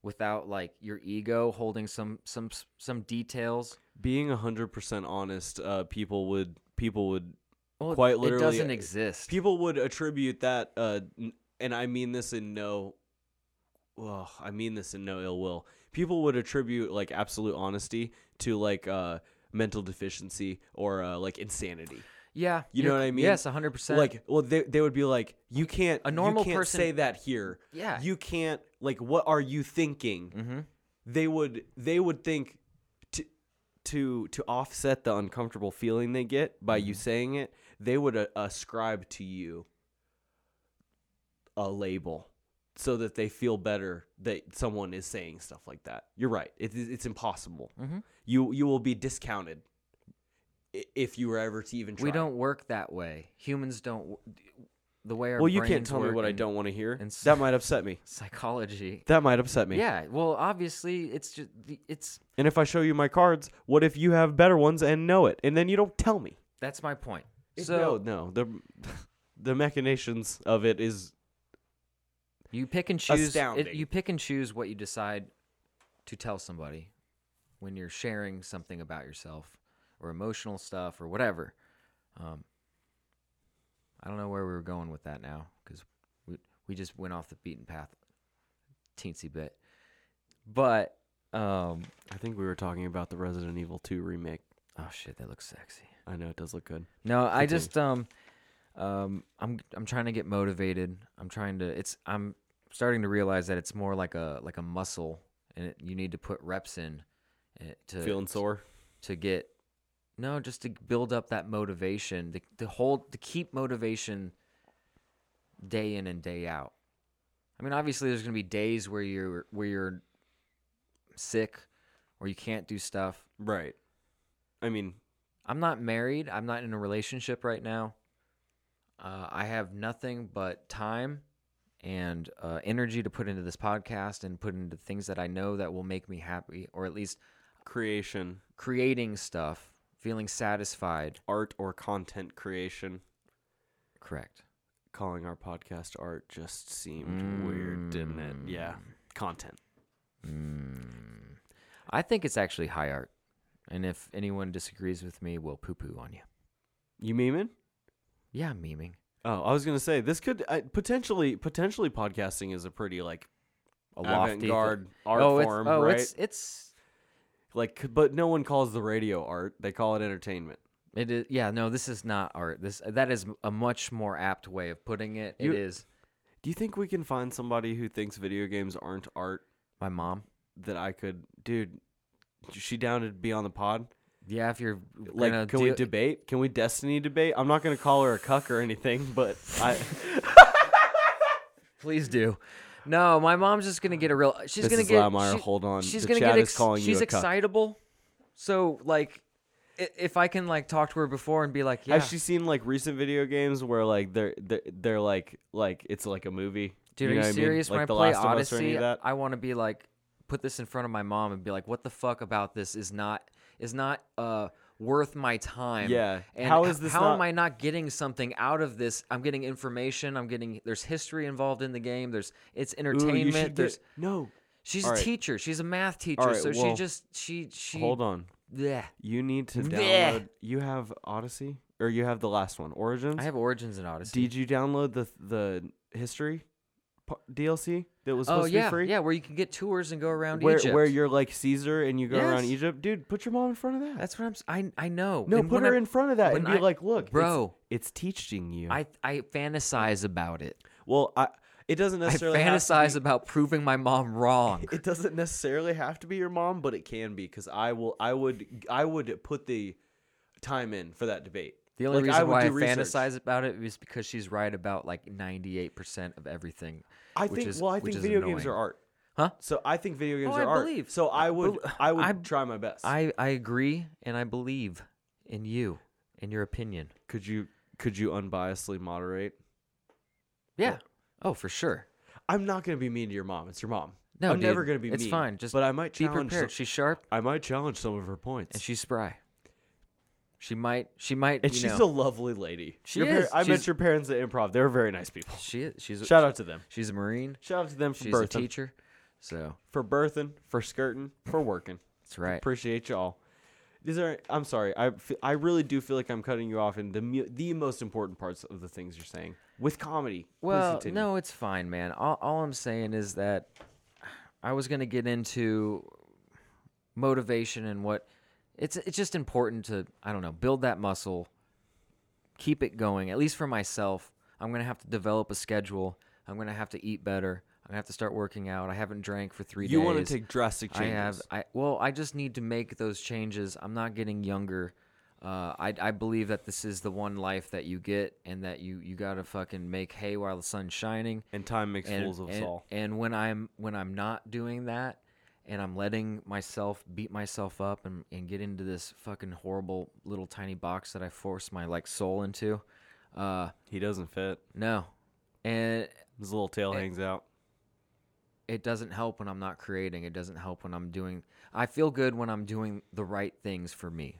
C: without like your ego holding some some some details.
B: Being hundred percent honest, uh, people would people would
C: Well,
B: Quite
C: it
B: literally,
C: doesn't
B: uh,
C: exist.
B: people would attribute that, uh, n- and I mean this in no, well, I mean this in no ill will. People would attribute like absolute honesty to like uh, mental deficiency or uh, like insanity.
C: yeah.
B: You know
C: you're-
B: what I mean?
C: Yes, 100%.
B: Like, well, they, they would be like, you can't
C: A normal
B: you can't
C: person-
B: say that here.
C: Yeah.
B: you can't. Like, what are you thinking?
C: Mhm.
B: They would they would think to to to offset the uncomfortable feeling they get by
C: Mm-hmm.
B: you saying it. They would uh, ascribe to you a label so that they feel better that someone is saying stuff like that. You're right. It, it- it's impossible.
C: Mhm.
B: You you will be discounted i- if you were ever to even try.
C: we don't work that way. Humans don't the way our
B: Well, you can't
C: brains
B: tell me
C: work
B: what I
C: and
B: don't want to hear.
C: and s-
B: That might upset me. (laughs)
C: psychology.
B: That might upset me.
C: Yeah, well, obviously it's just the- it's
B: And if I show you my cards, what if you have better ones and know it, and then you don't tell me?
C: That's my point.
B: no,
C: So
B: no. The (laughs) the machinations of it is
C: you pick and choose. It,
B: Astounding.
C: you pick and choose what you decide to tell somebody when you're sharing something about yourself or emotional stuff or whatever. Um, I don't know where we were going with that now because we we just went off the beaten path, teensy bit. But um,
B: I think we were talking about the Resident Evil 2 remake.
C: oh shit, that looks sexy.
B: I know it does look good.
C: No,
B: Continue.
C: I just um um I'm I'm trying to get motivated. I'm trying to it's I'm starting to realize that it's more like a like a muscle and it, you need to put reps in it to
B: Feeling sore.
C: to get no, just to build up that motivation, to to hold to keep motivation day in and day out. I mean, obviously there's going to be days where you're where you're sick or you can't do stuff.
B: Right. I mean,
C: I'm not married. I'm not in a relationship right now. Uh, I have nothing but time and uh, energy to put into this podcast and put into things that I know that will make me happy, or at least
B: creation,
C: creating stuff, feeling satisfied.
B: art or content creation.
C: Correct.
B: Calling our podcast art just seemed weird, didn't it? Yeah. Content.
C: I think it's actually high art. And if anyone disagrees with me, we'll poo poo on you.
B: You memeing?
C: Yeah, I'm memeing.
B: Oh, I was gonna say this could I, potentially potentially podcasting is a pretty like
C: A lofty thi-
B: avant-garde art
C: oh, it's-
B: form,
C: oh,
B: right?
C: It's, it's
B: Like, c- but no one calls the radio art; they call it entertainment.
C: It is, yeah, no, this is not art. This that is a much more apt way of putting it.
B: You-
C: it is
B: Do you think we can find somebody who thinks video games aren't art
C: my mom.
B: that I could, dude? She down to be on the pod?
C: Yeah, if you're
B: Like,
C: gonna
B: can we
C: do-
B: debate? Can we Destiny debate? I'm not gonna call her a cuck or anything, but
C: (laughs)
B: I.
C: please do. No, my mom's just gonna get a real. She's
B: Mrs.
C: gonna get.
B: Loudmire,
C: she-
B: hold on.
C: She's
B: The
C: gonna
B: chat
C: get.
B: is
C: Ex-
B: calling you
C: she's
B: a cuck.
C: excitable. So like, i- if I can like talk to her before and be like, yeah,
B: Has she seen like recent video games where like they're they're, they're like like it's like a movie?
C: dude,
B: know
C: are
B: what I
C: you
B: mean?
C: serious?
B: Like
C: When
B: The
C: I play
B: Last of Us or any
C: Odyssey,
B: of that?
C: I want to be like, put this in front of my mom and be like, what the fuck about this is not is not uh worth my time.
B: Yeah.
C: And
B: How
C: h-
B: is this
C: How am
B: not-
C: I not getting something out of this? I'm getting information. I'm getting. There's history involved in the game. There's it's
B: Ooh, you
C: entertainment.
B: should
C: there's
B: get- no.
C: She's a
B: Alright.
C: teacher. She's a math teacher.
B: Alright,
C: so she
B: well,
C: just she she
B: Hold on.
C: Yeah.
B: You need to
C: Bleh.
B: download. You have Odyssey, or you have the last one, Origins.
C: I have Origins and Odyssey.
B: Did you download the the history pa- DLC that was
C: oh
B: supposed
C: yeah,
B: to be free?
C: yeah, where you can get tours and go around
B: Where
C: Egypt.
B: where you're like Caesar and you go around
C: Yes.
B: Egypt, dude. Put your mom in front of that.
C: That's what I'm. s- I I know.
B: no,
C: And
B: put
C: when
B: her
C: I-
B: in front of that and be
C: when I-
B: like, look, it's-
C: bro.
B: it's, teaching you.
C: I I fantasize about it.
B: well, I it doesn't
C: I
B: necessarily have to
C: fantasize about proving my mom wrong.
B: it doesn't necessarily have to be your mom, but it can be because I will, I would, I would put the time in for that debate.
C: The only
B: Like,
C: reason
B: would
C: why I
B: do research.
C: fantasize about it is because she's right about like 98% of everything.
B: I
C: which
B: think,
C: is,
B: well, I
C: which
B: think
C: is
B: video
C: annoying.
B: games are art,
C: Huh?
B: So I think video games
C: Oh,
B: are
C: I
B: art.
C: believe.
B: So I would,
C: Bel- (laughs)
B: I would
C: I-
B: try my best.
C: I I agree and I believe in you and your opinion.
B: could you, could you unbiasedly moderate?
C: Yeah. Oh, for sure.
B: I'm not gonna be mean to your mom. It's your mom.
C: No,
B: I'm never
C: dude,
B: gonna be.
C: it's
B: mean,
C: fine, just
B: but I might
C: Be
B: challenge.
C: prepared.
B: Some,
C: She's sharp
B: I might challenge some of her points.
C: and she's spry. She might. She might.
B: And
C: you
B: she's
C: know,
B: a lovely lady.
C: She
B: Your par-
C: is.
B: I
C: She's-
B: met your parents at improv. They're very nice people.
C: She is. She's. A,
B: Shout out to them.
C: She's a marine.
B: Shout out to them for
C: She's a
B: birthing,
C: teacher. So
B: for birthing, for skirting, for working.
C: that's right.
B: Appreciate y'all. These are. I'm sorry. I fe- I really do feel like I'm cutting you off in the mu- the most important parts of the things you're saying with comedy. Please
C: Well,
B: continue.
C: no, it's fine, man. All, all I'm saying is that I was gonna get into motivation and what it's it's just important to I don't know build that muscle, keep it going. At least for myself, I'm gonna have to develop a schedule. I'm gonna have to eat better. I'm gonna have to start working out. I haven't drank for three
B: You
C: days.
B: want to take drastic
C: I
B: changes.
C: have. I well, I just need to make those changes. I'm not getting younger. Uh, I I believe that this is the one life that you get, and that you you gotta fucking make hay while the sun's shining.
B: and time makes
C: And,
B: fools of us
C: and,
B: all.
C: and when I'm when I'm not doing that, and I'm letting myself beat myself up and, and get into this fucking horrible little tiny box that I force my like soul into, uh,
B: He doesn't fit.
C: no, and
B: His little tail hangs out.
C: it doesn't help when I'm not creating. It doesn't help when I'm doing. I feel good when I'm doing the right things for me.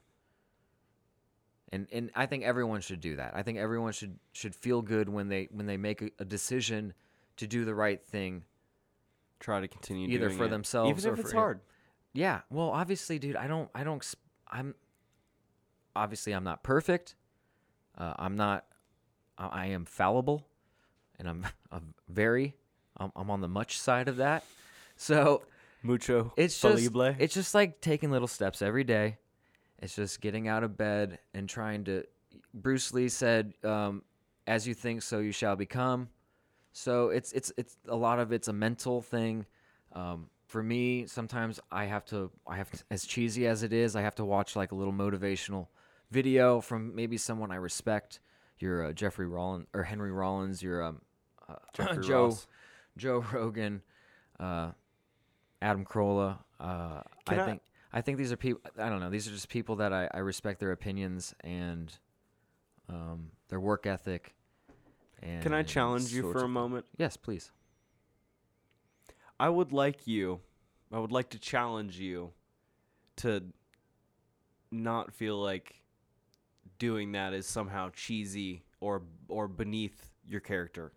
C: And and I think everyone should do that. I think everyone should should feel good when they when they make a, a decision to do the right thing.
B: Try to continue
C: Either
B: doing
C: for
B: it.
C: themselves
B: even
C: or
B: if it's
C: for-
B: hard.
C: Yeah. Well, obviously, dude, I don't I don't s- I'm obviously I'm not perfect. Uh, I'm not I, I am fallible and I'm, (laughs) I'm very I'm, I'm on the much side of that. So
B: Mucho.
C: it's just
B: falible.
C: it's just like taking little steps every day. It's just getting out of bed and trying to. Bruce Lee said, um, "As you think, so you shall become." So it's it's it's a lot of it's a mental thing. Um, for me, sometimes I have to I have to, as cheesy as it is, I have to watch like a little motivational video from maybe someone I respect. Your uh, Jeffrey Rollins or Henry Rollins, your um, uh,
B: Jeffrey
C: (laughs) Joe
B: Ross.
C: Joe Rogan, uh, Adam Carolla. Uh, I,
B: Can I-
C: think I think these are people. I don't know. These are just people that I, I respect their opinions and um, their work ethic. And
B: Can I challenge you
C: sorts
B: for a
C: of-
B: moment?
C: Yes, please.
B: I would like you, I would like to challenge you to not feel like doing that is somehow cheesy or or beneath your character.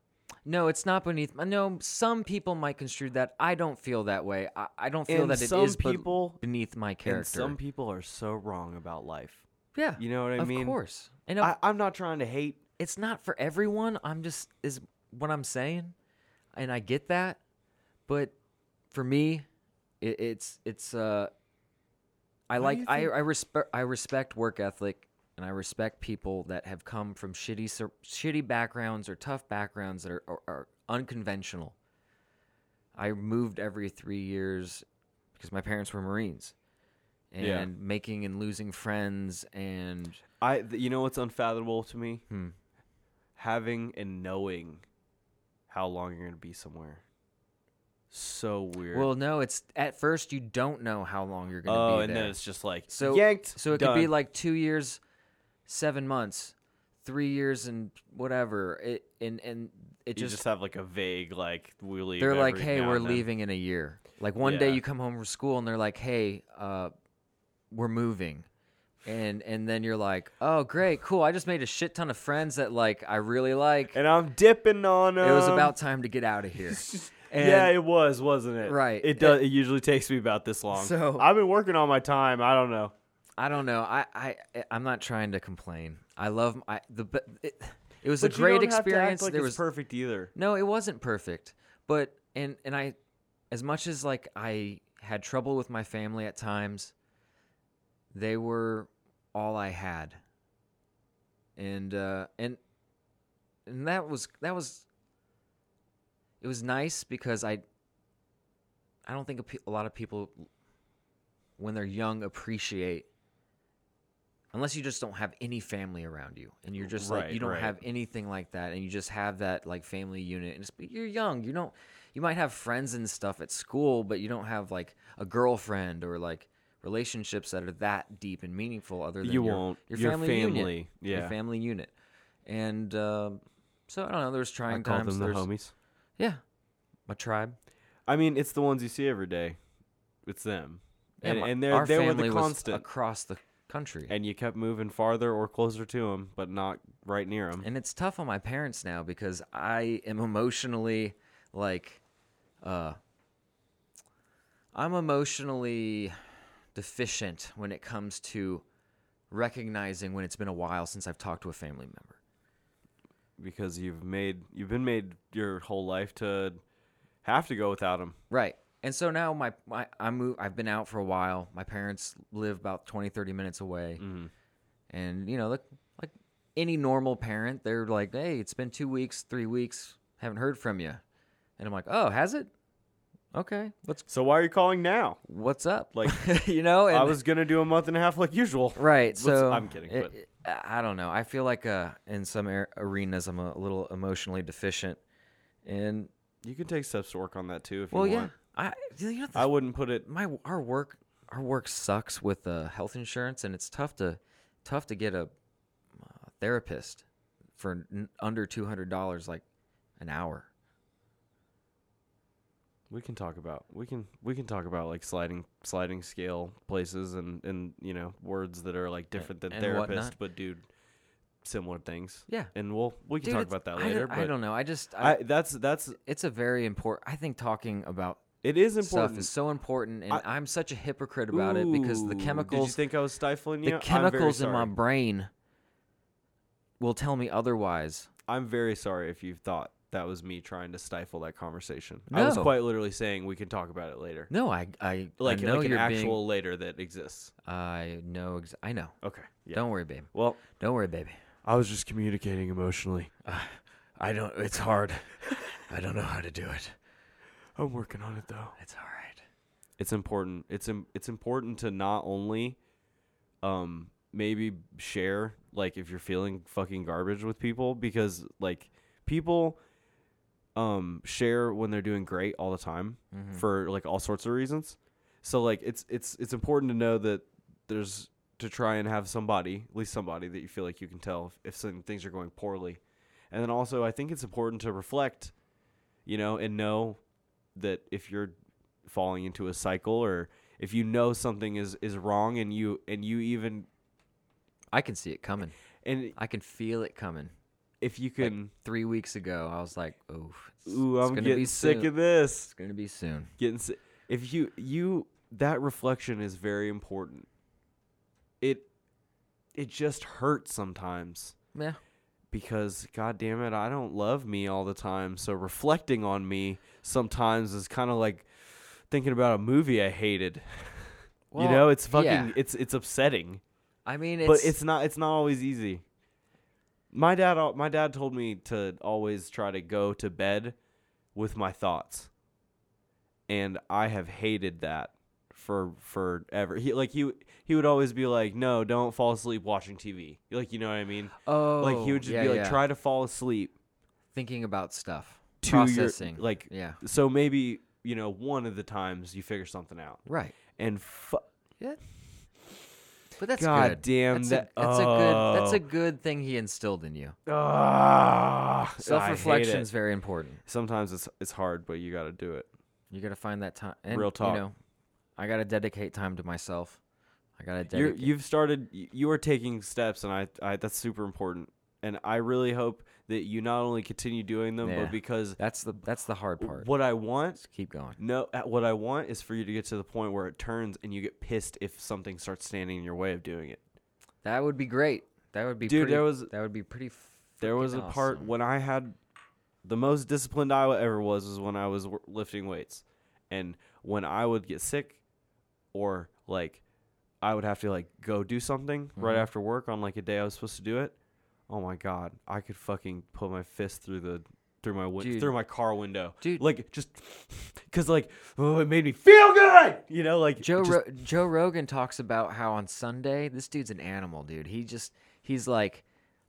C: No, it's not beneath. my- No, some people might construe that. I don't feel that way. I, I don't feel
B: And
C: that it
B: some
C: is be-
B: people-
C: beneath my character.
B: And some people are so wrong about life.
C: yeah,
B: You know what I
C: of
B: mean?
C: Of course. And of
B: I, I'm not trying to hate.
C: it's not for everyone. I'm just is what I'm saying, and I get that, but for me, it, it's it's uh, I like I I respect I respect work ethic and I respect people that have come from shitty cir- shitty backgrounds or tough backgrounds that are, are, are unconventional. I moved every three years because my parents were Marines, and
B: Yeah.
C: making and losing friends and
B: I th- you know what's unfathomable to me?
C: Hmm.
B: Having and knowing how long you're going to be somewhere. So weird.
C: Well, no, it's at first you don't know how long you're gonna
B: oh,
C: be
B: and
C: there.
B: then it's just like
C: so
B: yanked.
C: So it could be
B: done.
C: like two years, seven months, three years, and whatever. It and and it
B: you
C: just,
B: just, have like a vague like we leave.
C: they're like,
B: every
C: hey,
B: now
C: we're
B: and then."
C: leaving in a year. Like one day
B: Yeah.
C: you come home from school and they're like, hey, uh, we're moving. And and then you're like, oh great, cool! I just made a shit ton of friends that like I really like.
B: and I'm dipping on them.
C: it was about time to get out
B: (laughs)
C: of here. And-
B: yeah, it was, wasn't it?
C: Right.
B: It does. It, usually takes me about this long.
C: So-
B: I've been working on my time. I don't know.
C: I don't know. I I I- I'm not trying to complain. I love I the but it, it was
B: But
C: a
B: you
C: great
B: don't have to act
C: experience.
B: like
C: there
B: it's
C: was
B: perfect either.
C: no, it wasn't perfect, but and and I as much as like I had trouble with my family at times, they were all I had. And uh and and that was that was it was nice because I I don't think a, pe- a lot of people when they're young appreciate unless you just don't have any family around you and you're just like
B: Right,
C: you don't
B: right.
C: have anything like that and you just have that like family unit and it's, but you're young you don't you might have friends and stuff at school but you don't have like a girlfriend or like relationships that are that deep and meaningful other than
B: You
C: your,
B: won't.
C: your
B: Your
C: family, unit,
B: family, yeah.
C: your family unit and um, So I don't know. There's
B: I
C: trying
B: call
C: times.
B: them the
C: there's,
B: homies.
C: Yeah, my tribe.
B: I mean, it's the ones you see every day. It's them,
C: Yeah,
B: and,
C: my-
B: and they're
C: our
B: they were
C: family
B: the
C: was
B: constant.
C: across the country.
B: and you kept moving farther or closer to them, but not right near them.
C: And it's tough on my parents now because I am emotionally like uh I'm emotionally deficient when it comes to recognizing when it's been a while since I've talked to a family member.
B: because you've made you've been made your whole life to have to go without them.
C: Right. And so now my, my I move I've been out for a while. My parents live about 20 30 minutes away.
B: Mm-hmm.
C: And you know, like, like any normal parent, they're like, "Hey, it's been 2 weeks, 3 weeks, haven't heard from you." And I'm like, "Oh, has it?" Okay. What's
B: So why are you calling now?
C: what's up?
B: Like,
C: (laughs) you know, and
B: I was gonna do a month and a half like usual.
C: right. So
B: I'm kidding,
C: it-
B: but-
C: it- I I don't know. I feel like uh, in some ar- arenas, I'm a little emotionally deficient, and
B: You can take steps to work on that too if
C: well,
B: you
C: yeah,
B: want.
C: I you know the,
B: I wouldn't put it.
C: my our work our work sucks with uh, health insurance, and it's tough to tough to get a uh, therapist for n- under two hundred dollars like an hour.
B: We can talk about we can we can talk about like sliding sliding scale places and and you know words that are like different than
C: and
B: therapist
C: whatnot.
B: but do similar things.
C: Yeah.
B: and we'll we can
C: Dude,
B: talk
C: it's-
B: about that
C: I don't-
B: later.
C: I,
B: but
C: don't know. I just I,
B: I, that's that's
C: it's a very important. I think talking about
B: it is important.
C: stuff is so important, and
B: I-
C: I, am such a hypocrite about it because
B: Ooh,
C: the
B: Did you
C: chemicals,
B: think I was stifling you?
C: the
B: I'm very
C: chemicals in my
B: sorry.
C: brain, will tell me otherwise.
B: I'm very sorry if you thought that was me trying to stifle that conversation. I was
C: No.
B: quite literally saying we can talk about it later.
C: No, I, I,
B: Like,
C: I know
B: like an
C: you're
B: actual
C: being.
B: later that exists.
C: I know. Ex- I know.
B: Okay. Yeah.
C: Don't worry, babe.
B: Well,
C: Don't worry, baby.
B: I was just communicating emotionally.
C: I don't. It's hard. I don't know how to do it.
B: I'm working on it though.
C: It's all right.
B: It's important. It's Im- it's important to not only um maybe share like if you're feeling fucking garbage with people because like people um share when they're doing great all the time
C: Mm. Mm-hmm.
B: for like all sorts of reasons. So like it's it's it's important to know that there's to try and have somebody, at least somebody that you feel like you can tell if, if some things are going poorly. And then also I think it's important to reflect, you know, and know that if you're falling into a cycle or if you know something is is wrong and you and you even
C: I can see it coming.
B: and
C: I can feel it coming.
B: if you can
C: Three weeks ago, I was like, "Oh, it's,
B: ooh
C: it's
B: I'm
C: gonna
B: getting
C: be
B: sick
C: soon.
B: of this
C: It's gonna be soon."
B: getting sick if you you that reflection is very important it it just hurts sometimes
C: Yeah.
B: because god damn it i don't love me all the time so reflecting on me sometimes is kind of like thinking about a movie i hated (laughs) you
C: Well,
B: know it's fucking
C: yeah.
B: it's it's upsetting
C: I mean, it's,
B: but it's not it's not always easy. My dad al- my dad told me to always try to go to bed with my thoughts. And I have hated that for forever. He like he he would always be like, "No, don't fall asleep watching TV." Like, you know what I mean?
C: oh,
B: like he would just
C: yeah,
B: be like,
C: yeah.
B: "Try to fall asleep
C: thinking about stuff,
B: to
C: processing,
B: your like
C: yeah,
B: so maybe, you know, one of the times you figure something out."
C: right,
B: And fu-
C: yeah. But that's
B: God
C: good.
B: damn,
C: that's
B: that-
C: a, that's a good that's
B: oh.
C: a good thing he instilled in you.
B: Ah, I hate
C: Self reflection
B: it.
C: is very important.
B: sometimes it's it's hard, but you got to do it.
C: You got to find that time. And,
B: Real talk.
C: You know, I got to dedicate time to myself. I got to
B: You're,
C: dedicate.
B: you've started. y- You are taking steps, and I, I that's super important. And I really hope that you not only continue doing them,
C: Yeah.
B: but because
C: that's the that's the hard part.
B: what I want,
C: Just keep going.
B: no, uh, what I want is for you to get to the point where it turns and you get pissed if something starts standing in your way of doing it.
C: That would be great. That would be
B: Dude,
C: Pretty,
B: there was-
C: that would be pretty.
B: There was a
C: freaking
B: part
C: awesome.
B: when I had the most disciplined I ever was was when I was w- lifting weights, and when I would get sick, or like I would have to like go do something
C: Mm-hmm.
B: right after work on like a day I was supposed to do it. Oh my god, I could fucking put my fist through the through my win-
C: Dude.
B: through my car window,
C: Dude.
B: Like just (laughs) because like oh, it made me feel good, you know. Like
C: Joe
B: just-
C: Ro- Joe Rogan talks about how on Sunday this dude's an animal, dude. He just he's like,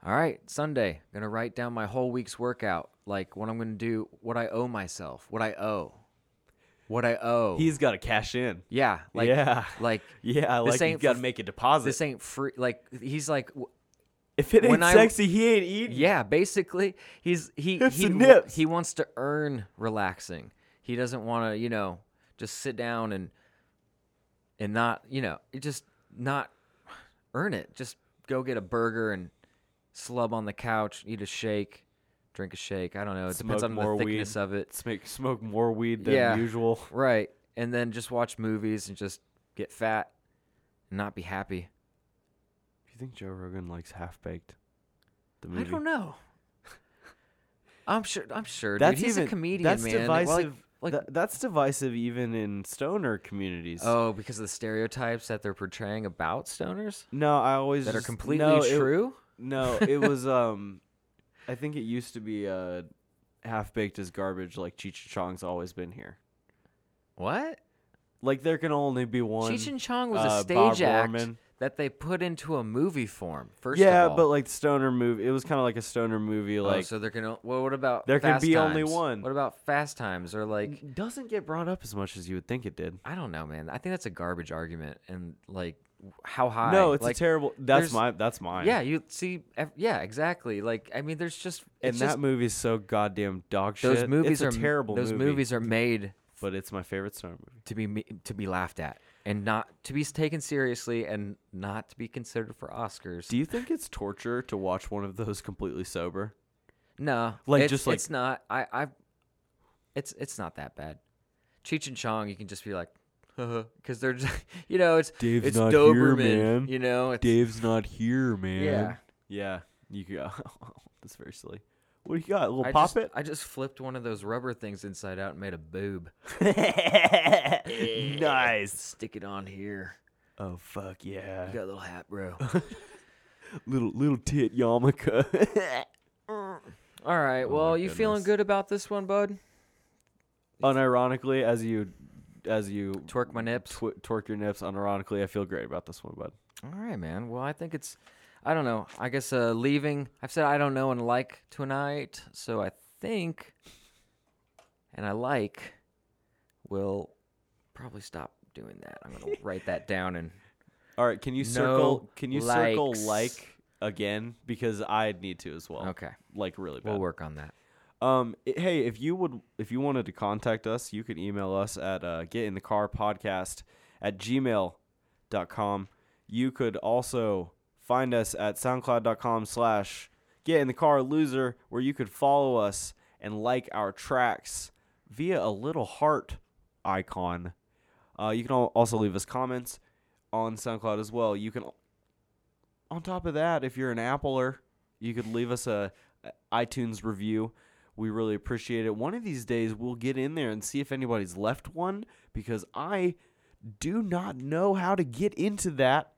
C: all right, Sunday, gonna write down my whole week's workout, like what I'm gonna do, what I owe myself, what I owe, what I owe.
B: he's got to cash in.
C: yeah, like
B: yeah,
C: like
B: (laughs) yeah.
C: this
B: Like you
C: ain't
B: got to
C: for-
B: make a deposit.
C: this ain't free. Like he's like, w-
B: If it ain't
C: When I-
B: sexy, he ain't eating.
C: Yeah, basically, he's he
B: Hips
C: he
B: and
C: w-
B: nips.
C: he wants to earn relaxing. He doesn't want to, you know, just sit down and and not, you know, just not earn it. Just go get a burger and slub on the couch, eat a shake, drink a shake. I don't know. It depends
B: Smoke
C: on
B: more
C: the thickness
B: weed.
C: of it.
B: Smoke, smoke more weed than
C: Yeah.
B: usual.
C: Right. And then just watch movies and just get fat and not be happy.
B: Do you think Joe Rogan likes Half Baked? The
C: I don't know. I'm sure. I'm sure.
B: That's
C: dude. He's
B: even-
C: a comedian,
B: That's
C: man. Like-
B: divisive.
C: like-
B: tha- that's divisive even in stoner communities.
C: Oh, because of the stereotypes that they're portraying about stoners
B: no, I always
C: that are
B: just-
C: completely
B: no, it-
C: true.
B: no,
C: (laughs)
B: it was um, I think it used to be uh, half baked is garbage. Like Cheech and Chong's always been here.
C: What?
B: Like there can only be one.
C: Cheech and Chong was
B: uh,
C: a
B: Bob
C: stage act
B: Orman.
C: that they put into a movie form. First,
B: yeah,
C: of all.
B: but like stoner movie, it was kind of like a stoner movie.
C: Oh,
B: Like
C: so there can. o- Well, what about
B: There can
C: Fast
B: be only
C: Times?
B: one.
C: What about Fast Times or like?
B: doesn't get brought up as much as you would think it did.
C: I don't know, man. I think that's a garbage argument. And like, how high?
B: no, it's
C: like,
B: a terrible. That's
C: there's-
B: my. That's mine.
C: Yeah, you see. ev- Yeah, exactly. Like, I mean, there's just
B: and
C: it's
B: that
C: just,
B: movie's so goddamn dog shit.
C: those movies
B: it's a
C: are
B: terrible.
C: Those
B: movie,
C: movies are made
B: but it's my favorite stoner movie.
C: to be me- to be laughed at and not to be taken seriously and not to be considered for Oscars.
B: Do you think it's torture to watch one of those completely sober?
C: no,
B: Like,
C: it's-
B: just, like-
C: it's not. I I it's it's not that bad. Cheech and Chong, you can just be like, because they're just, (laughs) you know it's
B: Uh-huh. Dave's
C: it's
B: not here,
C: Doberman,
B: man.
C: you know it's
B: Dave's not here, man.
C: yeah.
B: Yeah. You go. (laughs) that's very silly. What do you got? A little
C: I
B: pop
C: just, I just flipped one of those rubber things inside out and made a boob. (laughs)
B: it? (laughs) nice.
C: Stick it on here.
B: Oh fuck yeah.
C: You got a little hat, bro.
B: (laughs) Little little tit yarmulke. (laughs)
C: All right. well, you feeling
B: Oh goodness.
C: good about this one, bud?
B: unironically, as you as you
C: Twerk my nips.
B: tw- torque your nips, unironically, I feel great about this one, bud.
C: All right, man. Well, I think it's, I don't know. I guess uh, leaving. I've said I don't know and like tonight, so I think, and I like, will probably stop doing that. I'm (laughs) gonna write that down and
B: All right, can you circle?
C: No
B: can you circle
C: likes.
B: like again? Because I need to as well.
C: okay,
B: Like really bad.
C: we'll work on that.
B: Um, i- hey, if you would, if you wanted to contact us, you could email us at uh, getinthecarpodcast at gmail.com. You could also find us at soundcloud.com slash getinthecarloser, where you could follow us and like our tracks via a little heart icon. Uh, you can al- also leave us comments on SoundCloud as well. You can, on top of that, if you're an Appler, you could leave us a, a iTunes review. We really appreciate it. One of these days, we'll get in there and see if anybody's left one because I do not know how to get into that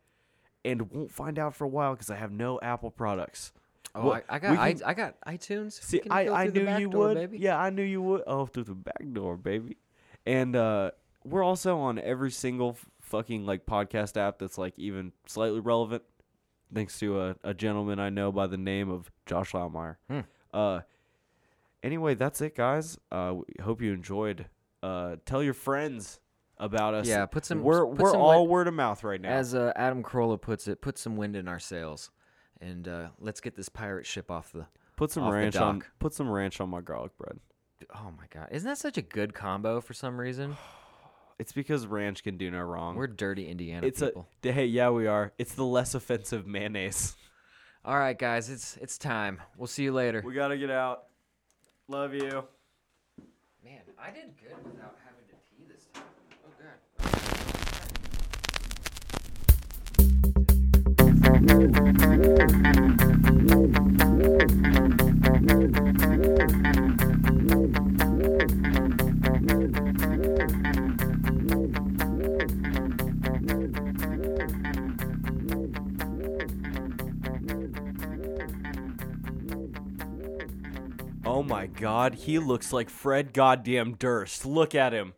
B: and won't find out for a while because I have no Apple products.
C: Oh,
B: Well,
C: I, I
B: we
C: got
B: can-
C: I, I got iTunes.
B: See,
C: Can
B: I,
C: go
B: I
C: through the
B: knew
C: back
B: you
C: door,
B: would.
C: baby.
B: Yeah, I knew you would. Oh, through the back door, baby. And uh, we're also on every single f- fucking like podcast app that's like even slightly relevant, thanks to a, a gentleman I know by the name of Josh Laumeyer.
C: Hmm.
B: Uh, anyway, that's it, guys. Uh, we hope you enjoyed. Uh, tell your friends about us.
C: Yeah, put some-
B: We're
C: put
B: we're
C: some
B: all
C: wit-
B: word of mouth right now.
C: As uh, Adam Carolla puts it, put some wind in our sails, and uh, let's get this pirate ship off the.
B: put some
C: off the
B: ranch on.
C: dock.
B: Put some ranch on my garlic bread.
C: Oh my God! Isn't that such a good combo for some (sighs) reason?
B: It's because ranch can do no wrong.
C: We're dirty Indiana
B: it's
C: people.
B: a d- hey yeah we are it's the less offensive mayonnaise
C: All right, guys, it's it's time. We'll see you later.
B: (laughs) we gotta get out love you
C: Man, I did good without having to pee this time. Oh god.
B: oh my god he looks like fred goddamn durst look at him